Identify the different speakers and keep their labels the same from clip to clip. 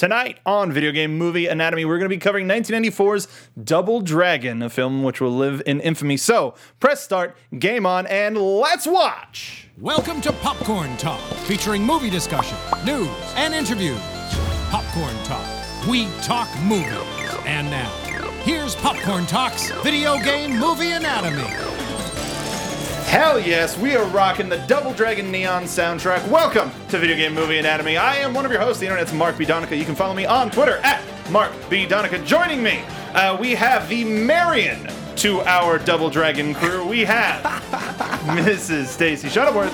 Speaker 1: Tonight on Video Game Movie Anatomy, we're going to be covering 1994's Double Dragon, a film which will live in infamy. So, press start, game on, and let's watch!
Speaker 2: Welcome to Popcorn Talk, featuring movie discussion, news, and interviews. Popcorn Talk, we talk movies. And now, here's Popcorn Talk's Video Game Movie Anatomy.
Speaker 1: Hell yes, we are rocking the Double Dragon Neon soundtrack. Welcome to Video Game Movie Anatomy. I am one of your hosts, the internet's Mark B. Donica. You can follow me on Twitter at Mark B. Donica. Joining me, uh, we have the Marion to our Double Dragon crew. We have Mrs. Stacy Shuttleworth.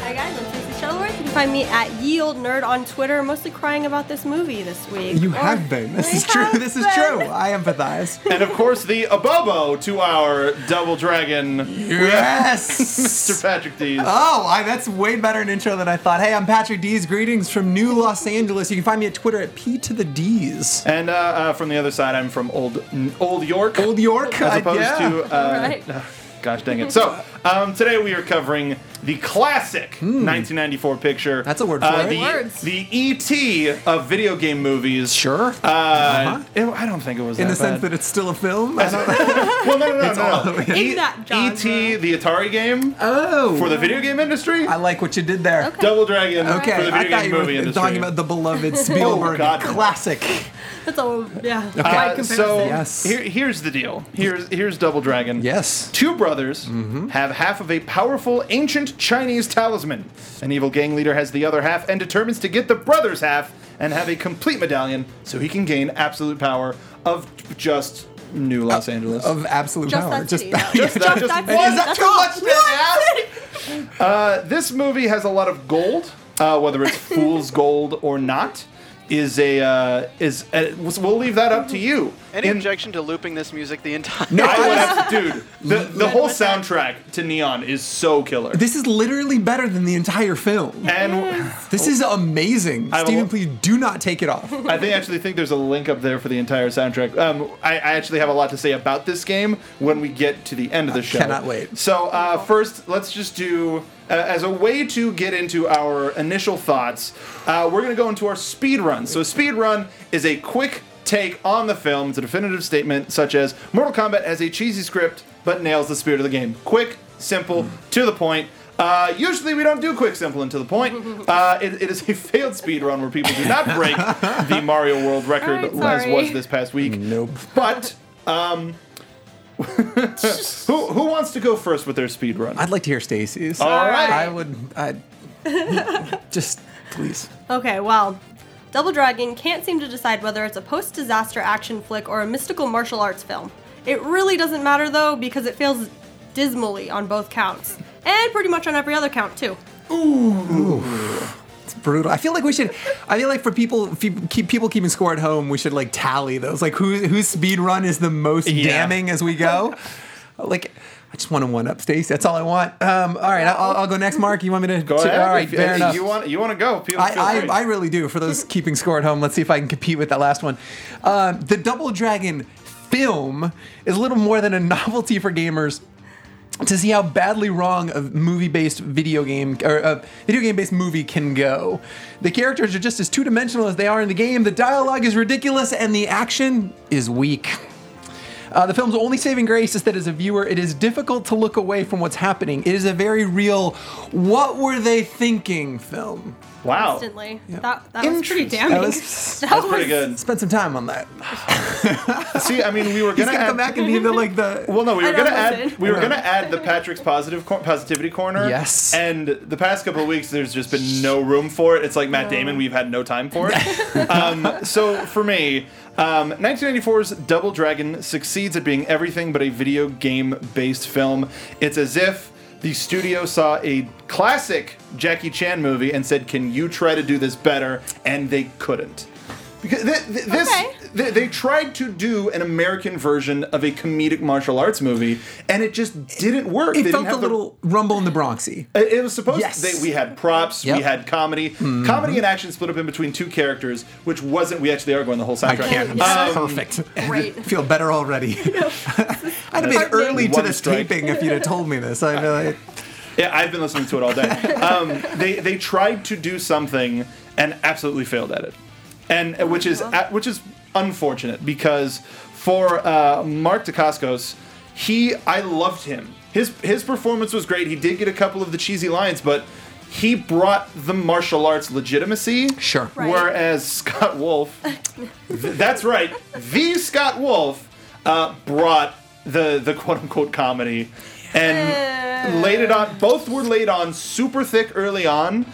Speaker 3: Hi guys, I'm Tracy Shuttleworth. You can find me at Ye Old Nerd on Twitter, mostly crying about this movie this week.
Speaker 4: You
Speaker 3: Or-
Speaker 4: have been. This
Speaker 3: I
Speaker 4: is true.
Speaker 3: have
Speaker 4: This is
Speaker 3: been.
Speaker 4: true. I empathize.
Speaker 1: And of course, the Abobo to our Double Dragon. Mr.
Speaker 4: Yes.
Speaker 1: Patrick Dees.
Speaker 4: Oh, I, that's way better an intro than I thought. Hey, I'm Patrick Dees. Greetings from New Los Angeles. You can find me at Twitter at P to the D's.
Speaker 1: and uh, uh, from the other side, I'm from old Old York,
Speaker 4: Old York.
Speaker 1: as
Speaker 4: I-
Speaker 1: opposed
Speaker 4: yeah.
Speaker 1: to. Uh,
Speaker 3: Right.
Speaker 1: Gosh dang it! So um, today we are covering the classic 1994 picture.
Speaker 4: Hmm. That's a word for
Speaker 1: uh,
Speaker 4: it.
Speaker 1: The,
Speaker 3: Words.
Speaker 1: the ET of video game movies.
Speaker 4: Sure.
Speaker 1: Uh, it- I don't think it was
Speaker 4: in the
Speaker 1: that
Speaker 4: sense
Speaker 1: bad.
Speaker 4: that it's still a film. I don't know.
Speaker 1: well, no, no, no, no. no.
Speaker 3: In that genre.
Speaker 1: ET, the Atari game
Speaker 4: Oh.
Speaker 1: for the video game industry.
Speaker 4: I like what you did there.
Speaker 3: Okay.
Speaker 1: Double Dragon
Speaker 4: Okay,
Speaker 1: for the
Speaker 4: I
Speaker 1: video
Speaker 4: thought
Speaker 1: game
Speaker 4: you were
Speaker 1: movie industry. Oh,
Speaker 4: talking about the beloved Spielberg
Speaker 1: God.
Speaker 4: classic.
Speaker 3: That's all. Yeah. Okay.
Speaker 1: Uh, so
Speaker 4: Yes.
Speaker 1: here, here's the deal. Here's here's Double Dragon.
Speaker 4: Yes. Mm-hmm.
Speaker 1: Two brothers have half of a powerful ancient Chinese talisman. An evil gang leader has the other half and determines to get the brother's half and have a complete medallion so he can gain absolute power of just New Los Angeles.
Speaker 4: Uh, Of absolute
Speaker 3: Just
Speaker 4: power.
Speaker 3: that
Speaker 4: Just
Speaker 3: city,
Speaker 4: that.
Speaker 3: though.
Speaker 4: yeah.
Speaker 1: Just that-
Speaker 3: Just
Speaker 1: just one-
Speaker 3: that city.
Speaker 4: Is that
Speaker 3: That's
Speaker 4: too
Speaker 3: all.
Speaker 4: much to
Speaker 1: Uh, this movie has a lot of gold, uh, whether it's fool's gold or not. Is a uh, is uh, we'll leave that up to you.
Speaker 5: Any
Speaker 1: In-
Speaker 5: objection to looping this music the entire?
Speaker 4: No,
Speaker 1: I would
Speaker 4: I-
Speaker 1: have, dude. The, the whole soundtrack to Neon is so killer.
Speaker 4: this is literally better than the entire film.
Speaker 1: And
Speaker 4: This is amazing.
Speaker 1: I will-
Speaker 4: Stephen, please do not take it off.
Speaker 1: I think actually think there's a link up there for the entire soundtrack. Um, I, I actually have a lot to say about this game when we get to the end of the show.
Speaker 4: cannot wait.
Speaker 1: So uh, first, let's just do uh, as a way to get into our initial thoughts. Uh, we're gonna go into our speed run. So a speed run is a quick take on the film. It's a definitive statement such as Mortal Kombat has a cheesy script but nails the spirit of the game. Quick, simple, to the point. Uh, usually we don't do quick, simple, and to the point. Uh, it, it is a failed speed run where people do not break the Mario World record
Speaker 3: All right,
Speaker 1: as
Speaker 3: sorry.
Speaker 1: was this past week.
Speaker 4: Nope.
Speaker 1: But um, who who wants to go first with their speed run?
Speaker 4: I'd like to hear Stacy's.
Speaker 1: All right.
Speaker 4: I would. I just please.
Speaker 3: Okay. Well, Double Dragon can't seem to decide whether it's a post-disaster action flick or a mystical martial arts film. It really doesn't matter though because it fails dismally on both counts, and pretty much on every other count too.
Speaker 4: It's brutal. I feel like we should. I feel like for people, fe- keep people keeping score at home, we should like tally those. Like who whose speed run is the most
Speaker 1: Yeah.
Speaker 4: damning as we go. like. I just want to one up Stacy. That's all I want. Um, all right, I'll, I'll go next. Mark, you want me to
Speaker 1: go ahead.
Speaker 4: All right,
Speaker 1: if,
Speaker 4: fair
Speaker 1: if
Speaker 4: enough.
Speaker 1: You want you want to go? Feel, feel
Speaker 4: I,
Speaker 1: free.
Speaker 4: I, I really do. For those keeping score at home, let's see if I can compete with that last one. Um, the Double Dragon film is little more than a novelty for gamers. To see how badly wrong a movie-based video game or a video game-based movie can go, the characters are just as two-dimensional as they are in the game. The dialogue is ridiculous, and the action is weak. Uh, the film's only saving grace is that as a viewer, it is difficult to look away from what's happening. It is a very real, what were they thinking film.
Speaker 1: wow.
Speaker 3: Instantly. That that was pretty
Speaker 1: Interesting.
Speaker 3: damning.
Speaker 4: That was-
Speaker 3: That
Speaker 1: Oh. That's pretty good.
Speaker 4: Spend some time on that.
Speaker 1: See, I mean, we were
Speaker 4: He's
Speaker 1: gonna,
Speaker 4: gonna
Speaker 1: add,
Speaker 4: come back and be the like the.
Speaker 1: Well, no, we
Speaker 3: I
Speaker 1: were gonna
Speaker 3: don't
Speaker 1: add
Speaker 3: listen.
Speaker 1: we were gonna add the Patrick's positive cor- positivity corner.
Speaker 4: Yes.
Speaker 1: And the past couple of weeks, there's just been no room for it. It's like Matt Damon, we've had no time for it. um, so for me, um, 1994's Double Dragon succeeds at being everything but a video game-based film. It's as if the studio saw a classic Jackie Chan movie and said, "Can you try to do this better?" And they couldn't. Because th- th- this,
Speaker 3: Okay.
Speaker 1: they, they tried to do an American version of a comedic martial arts movie, and it just didn't work. They
Speaker 4: It
Speaker 1: didn't
Speaker 4: felt a
Speaker 1: have the-
Speaker 4: little rumble in the Bronxy.
Speaker 1: It it was supposed
Speaker 4: Yes.
Speaker 1: that we had props, we
Speaker 4: Yep. Mm-hmm.
Speaker 1: had comedy, comedy and action split up in between two characters, which wasn't. We actually are going the whole soundtrack.
Speaker 3: can't.
Speaker 1: Um,
Speaker 4: perfect.
Speaker 3: Great.
Speaker 4: Feel better already. I'd have been
Speaker 1: That's
Speaker 4: early to
Speaker 1: one
Speaker 4: this
Speaker 1: strike.
Speaker 4: taping if you'd have told me this. I'd be like,
Speaker 1: yeah, I've been listening to it all day. Um, they they tried to do something and absolutely failed at it. and which is
Speaker 4: Uh-huh.
Speaker 1: at- which is unfortunate because for uh, Mark Dacascos, he I loved him. His his performance was great. He did get a couple of the cheesy lines, but he brought the martial arts legitimacy.
Speaker 4: Sure.
Speaker 3: Right.
Speaker 1: Whereas Scott Wolf, that's right, the Scott Wolf uh, brought the the quote unquote comedy and laid it on. Both were laid on super thick early on,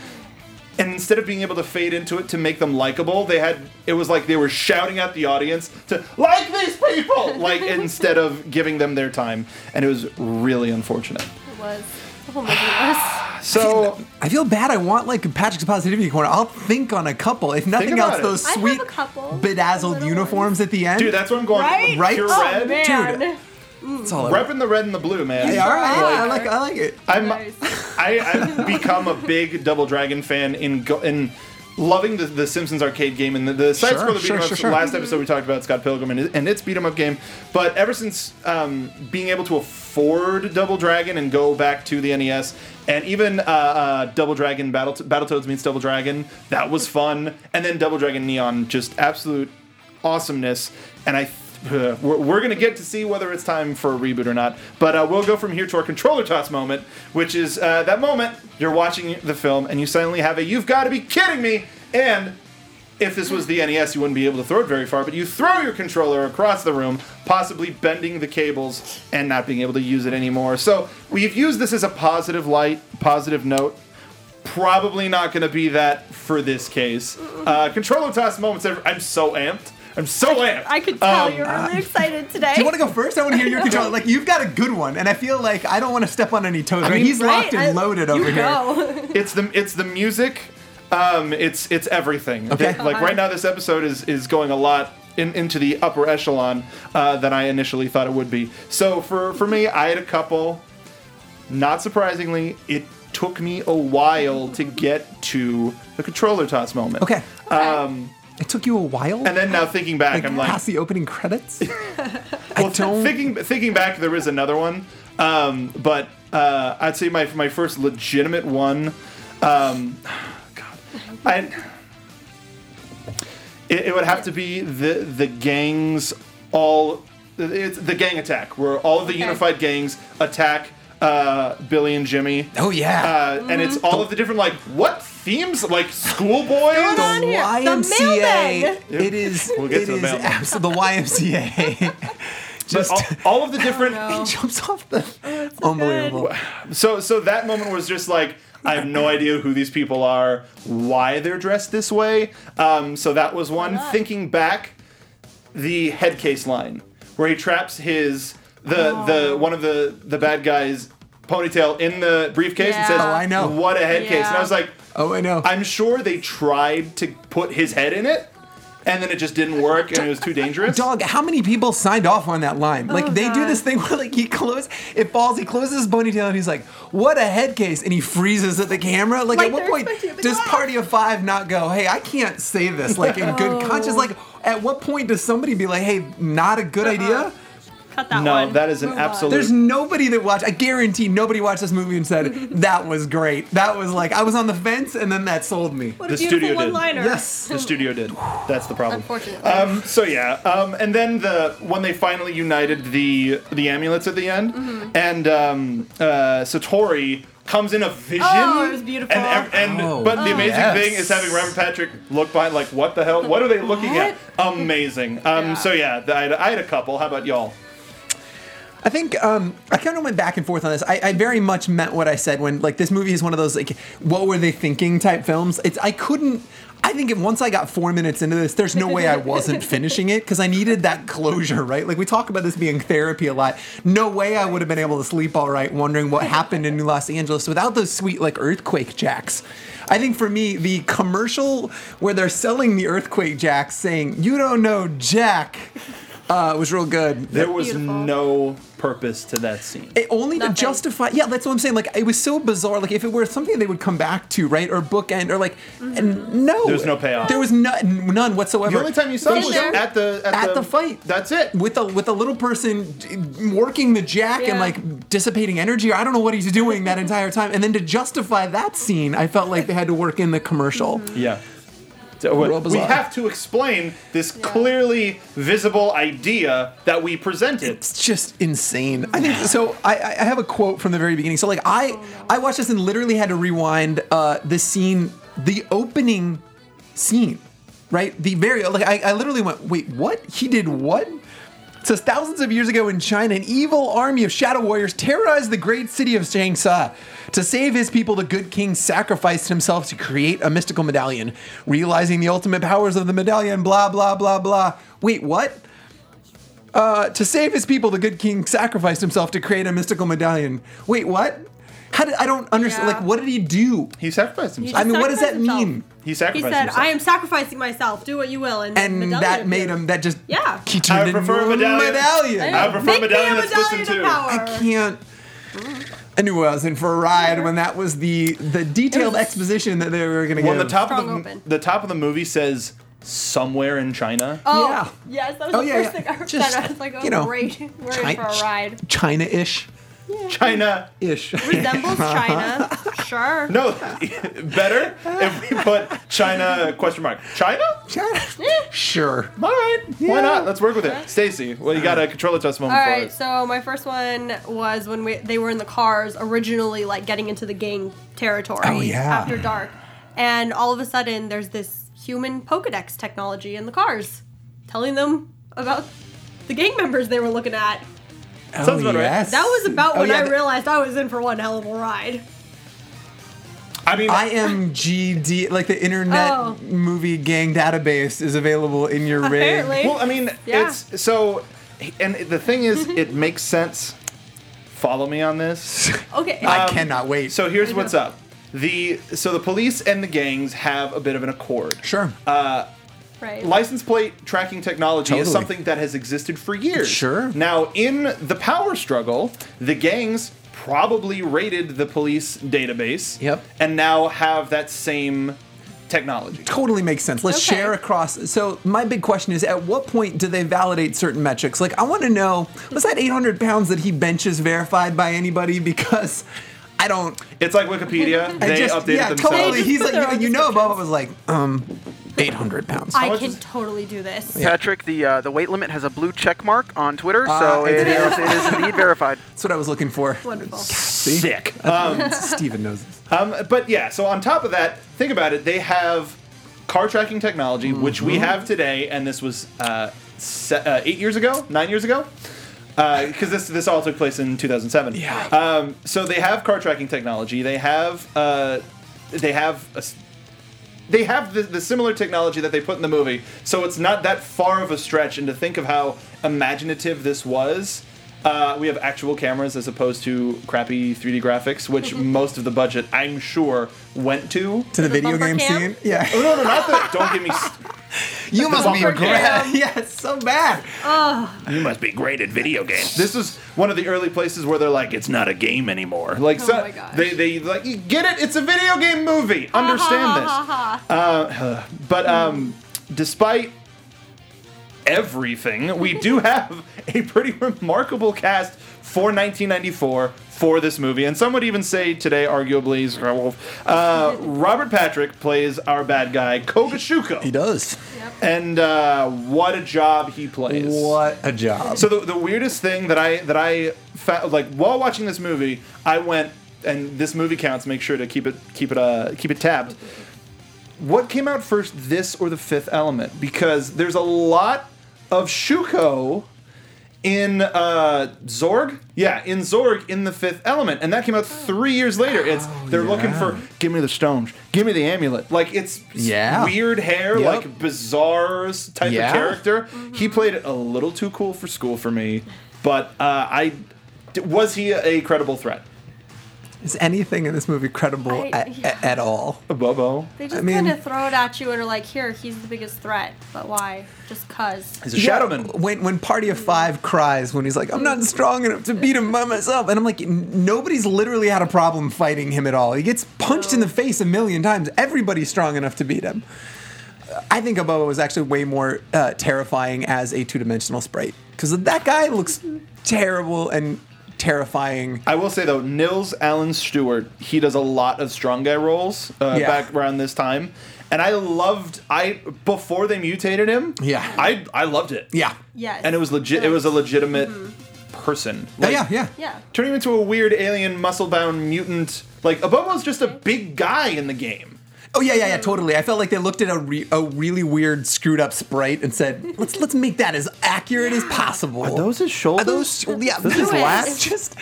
Speaker 1: and instead of being able to fade into it to make them likable, they had it was like they were shouting at the audience to like these people, like instead of giving them their time, and it was really unfortunate.
Speaker 3: It was. Oh my goodness.
Speaker 1: So
Speaker 4: I feel bad. I want like Patrick's positivity corner. I'll think on a couple. If nothing
Speaker 1: about
Speaker 4: else,
Speaker 1: it.
Speaker 4: those
Speaker 3: I have a
Speaker 4: sweet
Speaker 3: couple.
Speaker 4: bedazzled
Speaker 3: Little
Speaker 4: uniforms at the end.
Speaker 1: dude, that's what I'm going.
Speaker 3: Right?
Speaker 4: Right?
Speaker 1: Pure
Speaker 4: Oh,
Speaker 1: red.
Speaker 4: man.
Speaker 3: Man.
Speaker 4: that's all I want.
Speaker 1: Repping the red and the blue, man.
Speaker 4: Hey, all right,
Speaker 3: Like-
Speaker 4: I like I like it.
Speaker 1: I'm
Speaker 3: Nice.
Speaker 1: I, I've become a big Double Dragon fan in go, in loving the, the Simpsons arcade game and the, the side
Speaker 4: Sure,
Speaker 1: scroller
Speaker 4: sure,
Speaker 1: beat 'em ups.
Speaker 4: sure, sure.
Speaker 1: Last episode we talked about Scott Pilgrim and, it- and its beat 'em up game, but ever since um, being able to afford Double Dragon and go back to the NES. And even uh, uh, Double Dragon Battle Battletoads meets Double Dragon, that was fun. And then Double Dragon Neon, just absolute awesomeness. And I, uh, we're, we're gonna get to see whether it's time for a reboot or not. But uh, we'll go from here to our controller toss moment, which is uh, that moment you're watching the film and you suddenly have a "You've got to be kidding me!" and if this was the NES, you wouldn't be able to throw it very far, but you throw your controller across the room, possibly bending the cables and not being able to use it anymore. So we've used this as a positive light, positive note. Probably not going to be that for this case. Uh, controller toss moments. ev- I'm so amped. I'm so amped.
Speaker 3: I could tell
Speaker 1: Um,
Speaker 3: you're really excited today.
Speaker 4: Do you want to go first? I want to hear your control. Like you've got a good one, and I feel like I don't want to step on any toes. right?
Speaker 1: mean,
Speaker 4: He's locked and loaded over
Speaker 3: you
Speaker 4: here.
Speaker 3: Go.
Speaker 1: It's the it's the music. Um, it's it's everything.
Speaker 4: Okay.
Speaker 1: Like right now, this episode is is going a lot in, into the upper echelon uh, than I initially thought it would be. So for for me, I had a couple. Not surprisingly, it took me a while to get to the controller toss moment.
Speaker 4: Okay. Um, it took you a while.
Speaker 1: And then now thinking back,
Speaker 4: like,
Speaker 1: I'm like,
Speaker 4: past the opening credits. I
Speaker 1: well,
Speaker 4: don't.
Speaker 1: thinking thinking back, there is another one, um, but uh, I'd say my my first legitimate one. Um, God, I. It, it would have to be the the gangs all. It's the gang attack where all of the unified gangs attack uh, Billy and Jimmy.
Speaker 4: oh yeah.
Speaker 1: Uh, and it's all of the different like what themes like schoolboy
Speaker 4: the
Speaker 3: on here. The
Speaker 4: YMCA.
Speaker 3: mailbag.
Speaker 4: it is.
Speaker 1: We'll get
Speaker 4: it
Speaker 1: to the
Speaker 4: is
Speaker 1: mailbag.
Speaker 4: abso- the YMCA.
Speaker 1: But
Speaker 4: Just
Speaker 1: all, all of the different
Speaker 3: Oh,
Speaker 4: he jumps off the. unbelievable.
Speaker 1: So so that moment was just like I have no idea who these people are, why they're dressed this way. Um, so that was one.
Speaker 3: not?
Speaker 1: Thinking back, the headcase line where he traps his the
Speaker 3: Oh.
Speaker 1: the one of the the bad guys ponytail in the briefcase and says,
Speaker 3: Yeah. Oh,
Speaker 4: I know.
Speaker 1: what a headcase." And I
Speaker 3: Yeah.
Speaker 1: was like,
Speaker 4: Oh, I know.
Speaker 1: I'm sure they tried to put his head in it, and then it just didn't work, and it was too dangerous.
Speaker 4: Dog, how many people signed off on that line? Like
Speaker 3: Oh,
Speaker 4: they do
Speaker 3: God.
Speaker 4: this thing where like he close, it falls, he closes his ponytail, and he's like, "What a head case!" and he freezes at the camera. Like,
Speaker 3: Like,
Speaker 4: at what
Speaker 3: they're
Speaker 4: point
Speaker 3: expecting it to
Speaker 4: does
Speaker 3: go off.
Speaker 4: Party of Five not go, "Hey, I can't say this"? Like in good
Speaker 3: Oh.
Speaker 4: conscience, like at what point does somebody be like, "Hey, not a
Speaker 3: Uh-uh.
Speaker 4: good idea"?
Speaker 3: Cut that
Speaker 1: No,
Speaker 3: one.
Speaker 1: that is an
Speaker 3: Move
Speaker 1: absolute-
Speaker 4: There's nobody that watched. I guarantee nobody watched this movie and said that was great. That was like I was on the fence, and then that sold me.
Speaker 3: On. What
Speaker 1: The
Speaker 3: a beautiful
Speaker 1: studio did.
Speaker 3: one-liner.
Speaker 4: Yes.
Speaker 1: The studio did. That's the problem.
Speaker 3: Unfortunately.
Speaker 1: Um, so yeah, um, and then the when they finally united the the amulets at the end,
Speaker 3: Mm-hmm.
Speaker 1: and um, uh, Satori comes in a vision.
Speaker 3: Oh, it was beautiful.
Speaker 1: And, ev- and
Speaker 4: Oh,
Speaker 1: but the amazing
Speaker 4: yes.
Speaker 1: thing is having Robert Patrick look behind, like what the hell? What are they looking at? Amazing. Um,
Speaker 3: Yeah.
Speaker 1: So yeah, th- I had, I had a couple. How about y'all?
Speaker 4: I think um, I kind of went back and forth on this. I, I very much meant what I said when like this movie is one of those like what were they thinking type films. It's I couldn't. I think if once I got four minutes into this, there's no way I wasn't finishing it because I needed that closure, right? Like we talk about this being therapy a lot. No way I would have been able to sleep all right, wondering what happened in New Los Angeles without those sweet like earthquake jacks. I think for me, the commercial where they're selling the earthquake jacks, saying "You don't know Jack," uh, was real good.
Speaker 1: There was
Speaker 3: Beautiful.
Speaker 1: no purpose to that scene.
Speaker 4: It only
Speaker 3: Nothing.
Speaker 4: to justify. Yeah, that's what I'm saying. Like it was so bizarre. Like if it were something they would come back to, right, or bookend, or like,
Speaker 3: Mm-hmm.
Speaker 4: and no,
Speaker 1: There's no payoff.
Speaker 4: There was no, none whatsoever.
Speaker 1: The only time you saw
Speaker 3: In
Speaker 1: it was
Speaker 3: there.
Speaker 1: at the at,
Speaker 4: At the fight.
Speaker 1: That's it.
Speaker 4: with a with a little person d- working the jack and
Speaker 3: Yeah.
Speaker 4: like dissipating energy. or I don't know what he's doing that
Speaker 3: Mm-hmm.
Speaker 4: entire time. And then to justify that scene, I felt like they had to work in the commercial.
Speaker 1: Yeah. So we-
Speaker 4: Roll
Speaker 1: we
Speaker 4: bizarre.
Speaker 1: have to explain this clearly visible idea that we presented.
Speaker 4: It's just insane. I think so. I, I I have a quote from the very beginning. So like
Speaker 3: Oh,
Speaker 4: I I watched this and literally had to rewind uh, the scene, the opening scene, right? The very like I, I literally went, wait, what? He did what? It says thousands of years ago in China, an evil army of shadow warriors terrorized the great city of Shangsa. To save his people, the good king sacrificed himself to create a mystical medallion, realizing the ultimate powers of the medallion. Blah blah blah blah. Wait, what? Uh, to save his people, the good king sacrificed himself to create a mystical medallion. Wait, what? How did I don't understand?
Speaker 3: Yeah.
Speaker 4: Like, what did he do?
Speaker 1: He sacrificed himself.
Speaker 3: He
Speaker 4: I mean, what does that
Speaker 3: sacrificed himself.
Speaker 4: mean?
Speaker 1: he
Speaker 3: He
Speaker 1: sacrificed
Speaker 3: said,
Speaker 1: himself.
Speaker 3: "I am sacrificing myself. Do what you will." And,
Speaker 4: And
Speaker 3: medallion
Speaker 4: that
Speaker 3: appeared.
Speaker 4: made him. That just
Speaker 3: Yeah.
Speaker 4: He turned
Speaker 1: I prefer
Speaker 4: into a
Speaker 1: medallion.
Speaker 4: medallion.
Speaker 1: I prefer
Speaker 3: Make me a
Speaker 1: medallion that's listened
Speaker 3: medallion of
Speaker 1: to.
Speaker 3: power.
Speaker 4: I can't. I knew I was in for a ride when that was the the detailed
Speaker 3: It was-
Speaker 4: exposition that they were going to
Speaker 1: Well,
Speaker 4: give.
Speaker 1: the top of
Speaker 3: Strong
Speaker 1: the,
Speaker 3: open.
Speaker 1: the top of the movie says somewhere in China.
Speaker 3: Oh,
Speaker 4: Yeah.
Speaker 3: yes, that was
Speaker 4: Oh,
Speaker 3: the
Speaker 4: yeah,
Speaker 3: first
Speaker 4: yeah.
Speaker 3: thing I heard.
Speaker 4: Just,
Speaker 3: I was like, "Oh,
Speaker 4: you know,
Speaker 3: great, we're in
Speaker 4: Chi-
Speaker 3: for a ride."
Speaker 4: China-ish,
Speaker 1: China.
Speaker 4: ish.
Speaker 3: Resembles China, sure.
Speaker 1: No, better if we put China question mark. China?
Speaker 4: sure.
Speaker 1: All right. Why not? Let's work with it. Stacy, well, you got a controller test moment
Speaker 3: All
Speaker 1: for
Speaker 3: right,
Speaker 1: us.
Speaker 3: so my first one was when we, they were in the cars originally, like getting into the gang territory
Speaker 4: Oh, yeah.
Speaker 3: after dark, and all of a sudden there's this human Pokedex technology in the cars, telling them about the gang members they were looking at.
Speaker 4: oh,
Speaker 1: about right.
Speaker 4: yes.
Speaker 3: That was about
Speaker 4: Oh,
Speaker 3: when
Speaker 4: yeah,
Speaker 3: I
Speaker 4: the-
Speaker 3: realized I was in for one hell of a ride.
Speaker 1: I mean,
Speaker 4: IMGD, like the Internet
Speaker 3: Oh.
Speaker 4: Movie Gang Database, is available in your rig.
Speaker 3: Apparently,
Speaker 1: well, I mean,
Speaker 3: Yeah.
Speaker 1: it's so, and the thing is, it makes sense. Follow me on this.
Speaker 3: okay.
Speaker 4: I cannot wait.
Speaker 1: Um, So here's what's up. The so the police and the gangs have a bit of an accord.
Speaker 4: sure,
Speaker 3: right.
Speaker 1: License plate tracking technology is
Speaker 4: Totally.
Speaker 1: something that has existed for years.
Speaker 4: Sure.
Speaker 1: Now, in the power struggle, the gangs probably raided the police database.
Speaker 4: Yep.
Speaker 1: And now have that same technology.
Speaker 4: totally makes sense. Let's
Speaker 3: Okay.
Speaker 4: share across. So my big question is, at what point do they validate certain metrics? Like, I want to know was that 800 pounds that he benches verified by anybody? Because I don't.
Speaker 1: It's like Wikipedia.
Speaker 4: I
Speaker 1: they
Speaker 4: just,
Speaker 1: updated
Speaker 4: yeah,
Speaker 1: themselves.
Speaker 4: totally.
Speaker 3: They
Speaker 4: He's
Speaker 3: just
Speaker 4: like,
Speaker 3: put their
Speaker 4: you,
Speaker 3: own
Speaker 4: you know, Boba was like, um, 800 pounds.
Speaker 3: I
Speaker 1: much
Speaker 3: can
Speaker 1: is-
Speaker 3: totally do this.
Speaker 5: Patrick, the uh, the weight limit has a blue check mark on Twitter,
Speaker 4: Ah,
Speaker 5: so
Speaker 4: it's
Speaker 5: it is, it is indeed verified.
Speaker 4: That's what I was looking for.
Speaker 3: Wonderful.
Speaker 1: Sick.
Speaker 4: Steven knows this.
Speaker 1: Um, but yeah, so on top of that, think about it. They have car tracking technology, which we have today, and this was uh, se- uh, eight years ago, nine years ago, because this this all took place in 2007.
Speaker 4: Yeah.
Speaker 1: Um, so they have car tracking technology. They have uh, they have a s they have the, the similar technology that they put in the movie. So it's not that far of a stretch, and to think of how imaginative this was. Uh, we have actual cameras as opposed to crappy 3D graphics, which most of the budget, I'm sure, went to.
Speaker 4: To the,
Speaker 3: the
Speaker 4: video
Speaker 3: bumper
Speaker 4: game
Speaker 3: cam?
Speaker 4: scene? Yeah.
Speaker 1: Oh no, no, not the. Don't give me. s-
Speaker 4: You must be
Speaker 1: bumper
Speaker 4: great. Yeah, it's so bad.
Speaker 1: You must be great at video games. This is one of the early places where they're like, it's not a game anymore. Like,
Speaker 3: Oh
Speaker 1: so,
Speaker 3: my gosh.
Speaker 1: they they like get it. It's a video game movie. Understand this. But um, despite everything, we do have a pretty remarkable cast for 1994 for this movie, and some would even say today, arguably, is Werewolf. Uh, Robert Patrick plays our bad guy Kogashuko,
Speaker 4: He does.
Speaker 1: and uh, what a job he plays!
Speaker 4: What a job.
Speaker 1: So the, the weirdest thing that I that I found, like while watching this movie, I went and this movie counts. Make sure to keep it keep it uh, keep it tabbed. What came out first, this or the Fifth Element? Because there's a lot of Shuko in uh, Zorg. Yeah, in Zorg in the Fifth Element, and that came out three years later.
Speaker 4: Oh,
Speaker 1: It's they're looking for give me the stones, give me the amulet. Like it's
Speaker 4: Yeah.
Speaker 1: weird hair,
Speaker 4: Yep.
Speaker 1: like bizarre s- type
Speaker 4: Yeah.
Speaker 1: of character.
Speaker 3: Mm-hmm.
Speaker 1: He played it a little too cool for school for me, but uh, I d- was he a credible threat?
Speaker 4: Is anything in this movie credible
Speaker 3: I-
Speaker 4: at,
Speaker 3: yeah.
Speaker 4: at all?
Speaker 1: Bobo.
Speaker 3: They just
Speaker 4: I mean-
Speaker 3: kind of throw it at you and are like, here, he's the biggest threat. But why? Just cuz.
Speaker 1: He's a shadowman.
Speaker 4: When when Party of Five cries when he's like, I'm not strong enough to beat him by myself, and I'm like, "N- nobody's literally had a problem fighting him at all. He gets punched in the face a million times. Everybody's strong enough to beat him. I think Aboba was actually way more uh, terrifying as a two dimensional sprite because that guy looks terrible and terrifying.
Speaker 1: I will say though, Nils Allen Stewart, he does a lot of strong guy roles uh,
Speaker 4: Yeah.
Speaker 1: back around this time, and I loved I before they mutated him.
Speaker 4: Yeah.
Speaker 1: I I loved it.
Speaker 4: Yeah.
Speaker 3: Yes. Mm-hmm.
Speaker 1: and it was legit. It was a legitimate person.
Speaker 4: Yeah,
Speaker 1: Like,
Speaker 4: yeah, yeah.
Speaker 3: Yeah.
Speaker 1: turning him into a weird alien muscle-bound mutant. Like Abomo's just a big guy in the game.
Speaker 4: Oh yeah, yeah, yeah, totally. I felt like they looked at a re- a really weird screwed up sprite and said, "Let's let's make that as accurate as possible." Are
Speaker 6: those his shoulders?
Speaker 4: Are those yeah,
Speaker 6: Those his
Speaker 4: it's
Speaker 3: lats?
Speaker 4: Just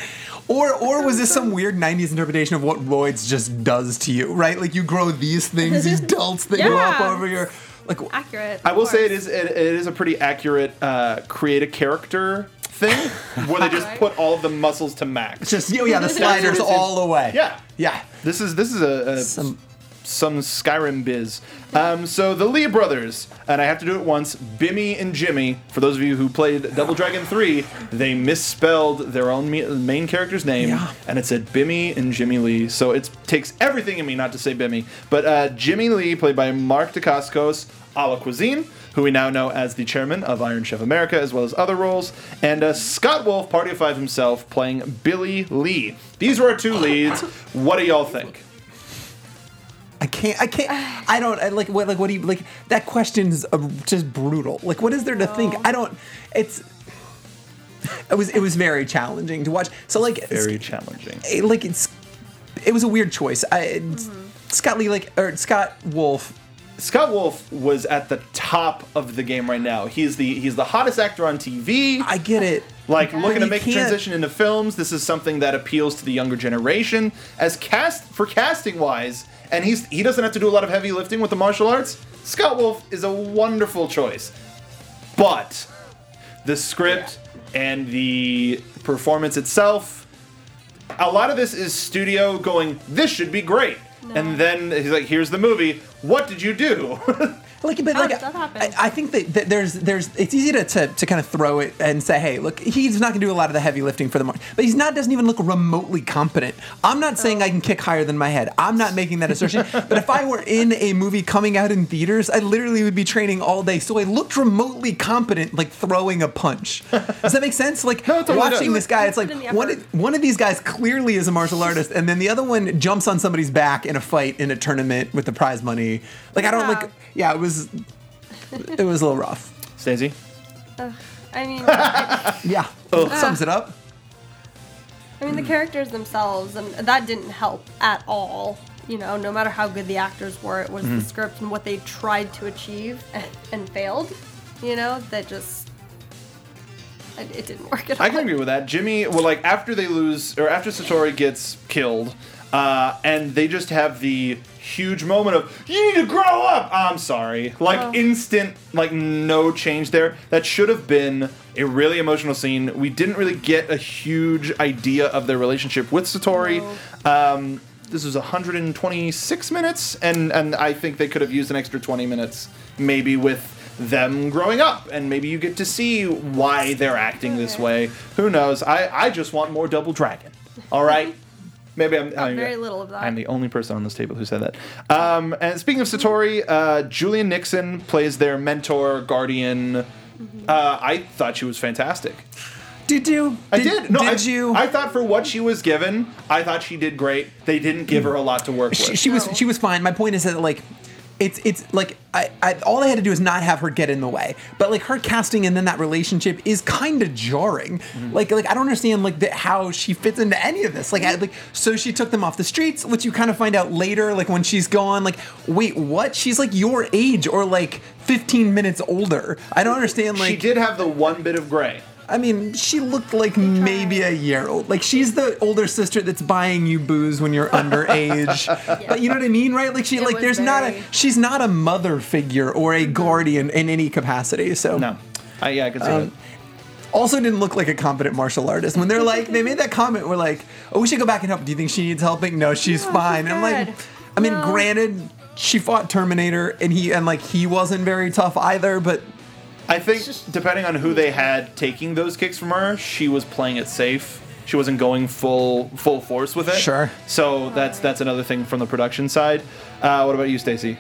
Speaker 4: or or was this some weird '90s interpretation of what roids just does to you? Right, like you grow these things, these delts that go up
Speaker 3: Yeah.
Speaker 4: over your like.
Speaker 3: Accurate.
Speaker 1: I
Speaker 3: of
Speaker 1: will say it
Speaker 3: course.
Speaker 1: is it, it is a pretty accurate uh, create a character thing where they just
Speaker 3: Right.
Speaker 1: put all of the muscles to max.
Speaker 4: Just oh yeah, the
Speaker 1: That's
Speaker 4: sliders
Speaker 1: what it
Speaker 4: all the way.
Speaker 1: Yeah.
Speaker 4: yeah.
Speaker 1: This is this is a, a
Speaker 4: Some-
Speaker 1: some Skyrim biz. Um, so the Lee brothers, and I have to do it once. Bimmy and Jimmy. For those of you who played Double Dragon Three, they misspelled their own me- main character's name,
Speaker 4: Yeah.
Speaker 1: and it said Bimmy and Jimmy Lee. So it takes everything in me not to say Bimmy, but uh, Jimmy Lee, played by Mark Dacascos, a la Cuisine. Who we now know as the chairman of Iron Chef America, as well as other roles, and uh, Scott Wolf, Party of Five himself, playing Billy Lee. These were our two leads. What do y'all think?
Speaker 4: I can't. I can't. I don't. I like what. Like what do you like? That question's uh, just brutal. Like what is there to think? I don't. It's. It was. It was very challenging to watch. So like. it's-
Speaker 1: Very challenging.
Speaker 4: it- like it's. It was a weird choice. I. it's- Scott Lee like or Scott Wolf.
Speaker 1: Scott Wolf was at the top of the game right now. He's the he's the hottest actor on TV.
Speaker 4: I get it.
Speaker 1: like
Speaker 4: But
Speaker 1: looking to
Speaker 4: you
Speaker 1: make a
Speaker 4: can't-
Speaker 1: transition into films. This is something that appeals to the younger generation as cast for casting wise. And he's he doesn't have to do a lot of heavy lifting with the martial arts. Scott Wolf is a wonderful choice, but the script and the performance itself. A lot of this is studio going. This should be great. And then he's like, "Here's the movie. What did you do?"
Speaker 4: Like, but
Speaker 3: How
Speaker 4: like,
Speaker 3: does Oh, that happen?
Speaker 4: I, I think that, that there's there's it's easy to, to, to kind of throw it and say, hey, look, he's not going to do a lot of the heavy lifting for the march, but he's not doesn't even look remotely competent. I'm not
Speaker 3: Oh.
Speaker 4: saying I can kick higher than my head. I'm not making that assertion. but if I were in a movie coming out in theaters, I literally would be training all day, so I looked remotely competent, like throwing a punch. Does that make sense? Like
Speaker 1: totally
Speaker 4: watching
Speaker 1: does.
Speaker 4: this guy, it's like
Speaker 3: Put in the
Speaker 4: one
Speaker 3: effort.
Speaker 4: one of these guys clearly is a martial artist, and then the other one jumps on somebody's back in a fight in a tournament with the prize money. Like I don't
Speaker 3: Yeah.
Speaker 4: like. Yeah, it was. It was a little rough.
Speaker 1: Stacey.
Speaker 3: I mean, I
Speaker 4: Yeah,
Speaker 1: Oh.
Speaker 4: sums it up.
Speaker 3: mean the characters themselves, and that didn't help at all. You know, no matter how good the actors were, it was
Speaker 1: Mm-hmm.
Speaker 3: the script and what they tried to achieve and, and failed. You know, that just it, it didn't work at all.
Speaker 1: I can agree with that. Jimmy, well, like after they lose or after Satori gets killed, uh, and they just have the huge moment of "You need to grow up." I'm sorry, like instant, like no change there. That should have been a really emotional scene. We didn't really get a huge idea of their relationship with Satori. Um, this was 126 minutes, and and I think they could have used an extra 20 minutes, maybe with them growing up, and maybe you get to see why they're acting this way. Who knows? I, I just want more Double Dragon. All right. Maybe I'm I'm-
Speaker 3: very little of that.
Speaker 1: I'm the only person on this table who said that. Um, and speaking of Satori, uh, Julian Nixon plays their mentor, guardian.
Speaker 3: Mm-hmm.
Speaker 1: Uh, I thought she was fantastic.
Speaker 4: Did you?
Speaker 1: I did. No,
Speaker 4: did
Speaker 1: I,
Speaker 4: you?
Speaker 1: I thought for what she was given, I thought she did great. They didn't give her a lot to work with.
Speaker 4: she, she was
Speaker 3: No.
Speaker 4: she was fine. My point is that like it's it's like I, I all I had to do is not have her get in the way. But like her casting and then that relationship is kind of jarring.
Speaker 1: Mm-hmm.
Speaker 4: Like like I don't understand like the, how she fits into any of this. Like I, like so she took them off the streets, which you kind of find out later. Like when she's gone, like wait what? She's like your age or like 15 minutes older. I don't understand like
Speaker 1: she did have the one bit of gray.
Speaker 4: I mean, she looked like maybe a year old. Like she's the older sister that's buying you booze when you're underage. But you know what I mean, right? Like she
Speaker 3: It
Speaker 4: like
Speaker 3: was
Speaker 4: there's not a
Speaker 3: very- Mm-hmm.
Speaker 4: she's not a mother figure or a guardian in any capacity. So
Speaker 1: No. I, yeah, I can see
Speaker 4: um,
Speaker 1: that.
Speaker 4: also didn't look like a competent martial artist. When they're like they made that comment, we're like, "Oh, we should go back and help. Do you think she needs helping?" No, she's
Speaker 3: No,
Speaker 4: fine.
Speaker 3: she's
Speaker 4: and I'm
Speaker 3: good.
Speaker 4: like, I mean,
Speaker 3: No.
Speaker 4: granted, she fought Terminator and he and like he wasn't very tough either, but
Speaker 1: I think depending on who they had taking those kicks from her, she was playing it safe. She wasn't going full full force with it.
Speaker 4: Sure.
Speaker 1: So that's that's another thing from the production side. Uh, what about you, Stacy?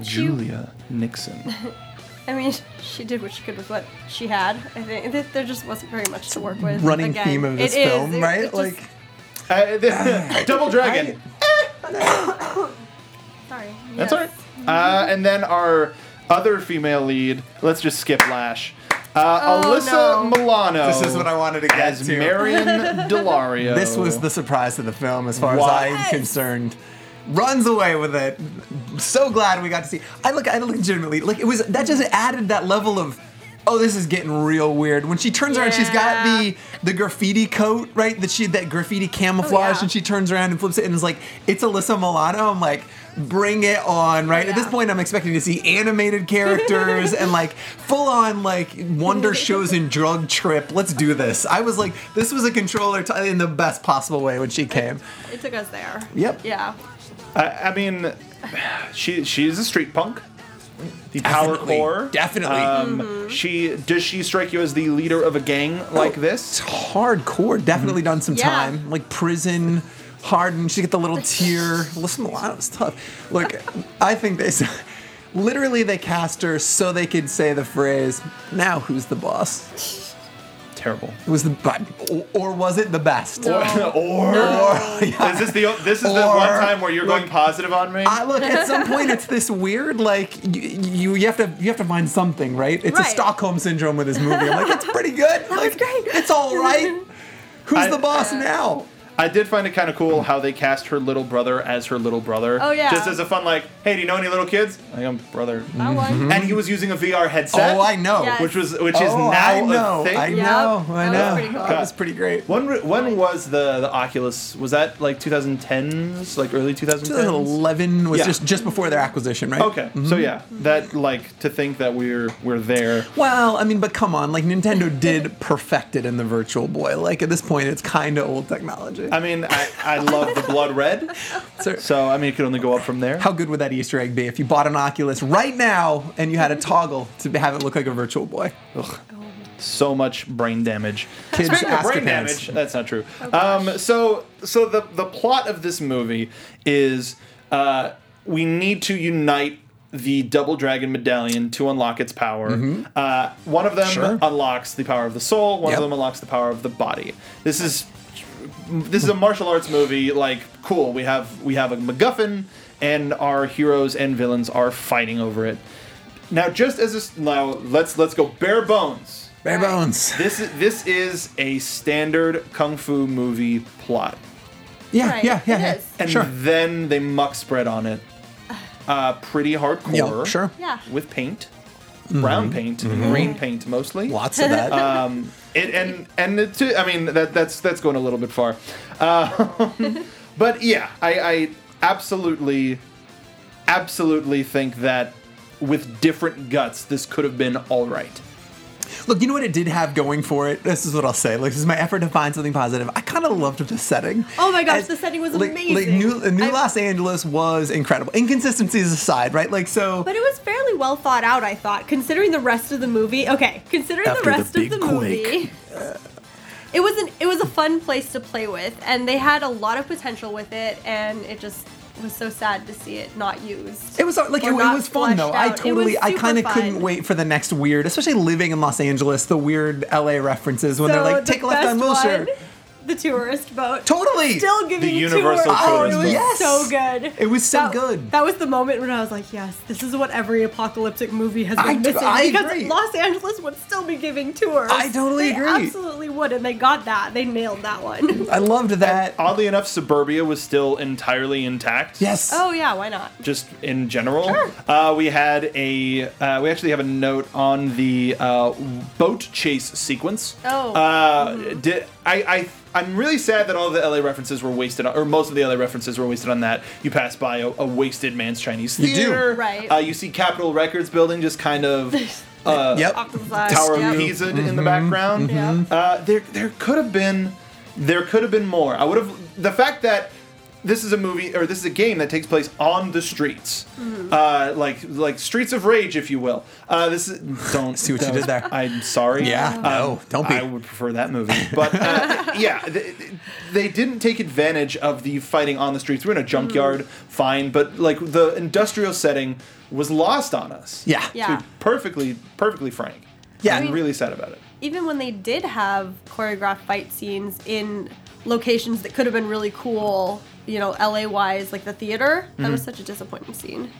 Speaker 1: Julia Nixon.
Speaker 3: I mean, she did what she could with what she had. I think that there just wasn't very much to work with.
Speaker 4: running
Speaker 3: Again,
Speaker 4: theme of this
Speaker 3: it is.
Speaker 4: film,
Speaker 3: It-
Speaker 4: right?
Speaker 3: it just-
Speaker 4: like
Speaker 1: Uh, Double Dragon.
Speaker 3: sorry. sorry.
Speaker 1: That's
Speaker 3: Yes.
Speaker 1: all right. Uh, and then our other female lead, let's just skip Lash. Uh,
Speaker 3: Oh,
Speaker 1: Alyssa
Speaker 3: no.
Speaker 1: Milano.
Speaker 4: This is what I wanted to get
Speaker 1: as
Speaker 4: to.
Speaker 1: Marion Delario.
Speaker 4: This was the surprise of the film, as far
Speaker 1: Why?
Speaker 4: as I'm concerned. Runs away with it. So glad we got to see. I look. I legitimately like it was that just added that level of. Oh, this is getting real weird. When she turns around, she's got
Speaker 3: Yeah.
Speaker 4: the the graffiti coat, right? That she that graffiti camouflage,
Speaker 3: yeah.
Speaker 4: and she turns around and flips it and is like, "It's Alyssa Milano." I'm like, "Bring it on!" Right at this
Speaker 3: Yeah.
Speaker 4: point, I'm expecting to see animated characters and like full on like wonder shows and drug trip. Let's do this. I was like, this was a controller t- in the best possible way when she came.
Speaker 3: It took us there.
Speaker 4: Yep.
Speaker 3: Yeah.
Speaker 1: I, I mean, she she's a street punk. The power
Speaker 4: Definitely,
Speaker 1: core.
Speaker 4: definitely.
Speaker 1: Um, She does she strike you as the leader of a gang
Speaker 4: Oh.
Speaker 1: like this?
Speaker 4: Hardcore, definitely done some
Speaker 3: Mm-hmm. Yeah.
Speaker 4: time. Like prison, hardened. She get the little tear. Listen, Milano's tough. Look, I think they s- literally they cast her so they could say the phrase, "Now who's the boss?"
Speaker 1: Terrible.
Speaker 4: It was the bu- or- or was it the best?
Speaker 1: or is this the this is the
Speaker 4: Or-
Speaker 1: one time where you're going
Speaker 4: Look,
Speaker 1: positive on me?
Speaker 4: I look at some point it's this weird like you, you you have to you have to find something right. It's a
Speaker 3: Right.
Speaker 4: Stockholm syndrome with this movie. I'm like it's pretty good. That like,
Speaker 3: great.
Speaker 4: It's all right. Who's
Speaker 1: I-
Speaker 4: the boss now?
Speaker 1: I did find it kind of cool how they cast her little brother as her little brother.
Speaker 3: Oh, yeah.
Speaker 1: Just as a fun like, hey, do you know any little kids? I am brother.
Speaker 3: That one.
Speaker 1: And he was using a VR headset.
Speaker 4: Oh, I know.
Speaker 3: Yes.
Speaker 1: Which was which
Speaker 4: Oh,
Speaker 1: is now
Speaker 4: I know.
Speaker 1: a thing.
Speaker 4: I
Speaker 3: Yep.
Speaker 4: know. I
Speaker 3: That was
Speaker 4: know.
Speaker 3: pretty cool.
Speaker 4: That was pretty great.
Speaker 1: When re- when was the the Oculus? Was that like 2010s, like early 2010s?
Speaker 4: 2011 was
Speaker 1: Yeah.
Speaker 4: just just before their acquisition, right?
Speaker 1: Okay, so yeah, that like to think that we're we're there.
Speaker 4: Well, I mean, but come on, like Nintendo did perfect it in the Virtual Boy. Like at this point, it's kind of old technology.
Speaker 1: I mean, I, I love the blood red,
Speaker 4: So-
Speaker 1: so I mean it could only go up from there.
Speaker 4: How good would that Easter egg be if you bought an Oculus right now and you had a toggle to have it look like a Virtual Boy?
Speaker 1: so much brain damage.
Speaker 4: Kids
Speaker 1: Speaking of
Speaker 4: ask
Speaker 1: brain
Speaker 4: your parents.
Speaker 1: damage, that's not true. um, so so the the plot of this movie is uh, we need to unite the double dragon medallion to unlock its power. Uh, one of them
Speaker 4: Mm-hmm. Sure.
Speaker 1: unlocks the power of the soul. One
Speaker 4: Yep.
Speaker 1: of them unlocks the power of the body. This is this is a martial arts movie. Like cool, we have we have a MacGuffin, and our heroes and villains are fighting over it. Now, just as a, s- now, let's let's go bare bones.
Speaker 4: Bare bones.
Speaker 1: This is this is a standard kung fu movie plot,
Speaker 4: Yeah,
Speaker 3: Right,
Speaker 4: yeah, yeah,
Speaker 3: it
Speaker 4: yeah.
Speaker 3: is.
Speaker 1: and
Speaker 4: sure.
Speaker 1: then they muck spread on it, uh, pretty hardcore.
Speaker 4: Yeah, sure. Mm-hmm.
Speaker 3: Yeah.
Speaker 1: With paint, brown paint, green paint mostly.
Speaker 4: Lots of that.
Speaker 1: It, and and the two, I mean that that's that's going a little bit far, uh, but yeah, I, I absolutely, absolutely think that with different guts, this could have been all right.
Speaker 4: Look, you know what it did have going for it? This is what I'll say. Like, this is my effort to find something positive. I kind of loved the setting.
Speaker 3: Oh my gosh,
Speaker 4: As-
Speaker 3: the setting was
Speaker 4: like, Like,
Speaker 3: amazing.
Speaker 4: New, uh, New
Speaker 3: I-
Speaker 4: Los Angeles was incredible. Inconsistencies aside, right? Like, so.
Speaker 3: But it was fairly well thought out, I thought, considering the rest of the movie. Okay, considering
Speaker 4: After
Speaker 3: the
Speaker 4: the
Speaker 3: rest
Speaker 4: big
Speaker 3: of the
Speaker 4: quake.
Speaker 3: movie. It was an it was a fun place to play with, and they had a lot of potential with it, and it just was so sad to see it not used.
Speaker 4: It was uh, like it,
Speaker 3: Or
Speaker 4: it
Speaker 3: not
Speaker 4: was fun though.
Speaker 3: fleshed
Speaker 4: I
Speaker 3: out. It
Speaker 4: totally,
Speaker 3: was
Speaker 4: I
Speaker 3: super
Speaker 4: kind of
Speaker 3: fun.
Speaker 4: couldn't wait for the next weird, especially living in Los Angeles. The weird LA references when they're
Speaker 3: So
Speaker 4: like,
Speaker 3: the
Speaker 4: "Take a left
Speaker 3: best
Speaker 4: on Wilshire."
Speaker 3: one, The tourist boat.
Speaker 4: Totally.
Speaker 3: Still giving
Speaker 1: The universal
Speaker 3: tours.
Speaker 1: tourist
Speaker 3: oh, it was
Speaker 4: boat.
Speaker 3: so
Speaker 4: Yes.
Speaker 3: good.
Speaker 4: It was so
Speaker 3: That-
Speaker 4: good.
Speaker 3: That was the moment when I was like, yes, this is what every apocalyptic movie has been
Speaker 4: I-
Speaker 3: missing.
Speaker 4: I
Speaker 3: because
Speaker 4: agree.
Speaker 3: Los Angeles would still be giving tours.
Speaker 4: I totally
Speaker 3: They
Speaker 4: agree.
Speaker 3: absolutely would, and they got that. They nailed that one.
Speaker 4: I loved that.
Speaker 3: Oh.
Speaker 1: Oddly enough, suburbia was still entirely intact.
Speaker 4: Yes.
Speaker 3: oh, yeah, why not?
Speaker 1: just in general.
Speaker 3: Sure.
Speaker 1: Uh, we had a uh, we actually have a note on the uh, boat chase sequence.
Speaker 3: Oh.
Speaker 1: Uh, did, I, I I'm really sad that all the LA references were wasted, on, or most of the LA references were wasted on that. You pass by a, a wasted man's Chinese
Speaker 4: You do.
Speaker 1: theater.
Speaker 3: Right.
Speaker 1: Uh, you see Capitol Records building just kind of. Uh,
Speaker 4: Yep.
Speaker 3: Oculus,
Speaker 1: Tower
Speaker 3: yeah.
Speaker 1: of Pisa in
Speaker 4: Mm-hmm.
Speaker 1: the background.
Speaker 3: mhm.
Speaker 1: Uh, there, there could have been, there could have been more. I would have. The fact that this is a movie or this is a game that takes place on the streets,
Speaker 3: Mm-hmm.
Speaker 1: uh, like like Streets of Rage, if you will. Uh, this is don't
Speaker 4: See what you
Speaker 1: that
Speaker 4: did
Speaker 1: was-
Speaker 4: there.
Speaker 1: I'm sorry. Um,
Speaker 4: Yeah, no, don't be.
Speaker 1: I would prefer that movie, but uh, yeah, they, they didn't take advantage of the fighting on the streets. We're in a junkyard,
Speaker 3: Mm-hmm.
Speaker 1: fine, but like the industrial setting was lost on us.
Speaker 4: Yeah.
Speaker 3: Yeah.
Speaker 1: To be perfectly, perfectly frank.
Speaker 4: Yeah.
Speaker 1: I'm really sad about it.
Speaker 3: even when they did have choreographed fight scenes in locations that could have been really cool you know, LA wise, like the theater. That was such a disappointing scene.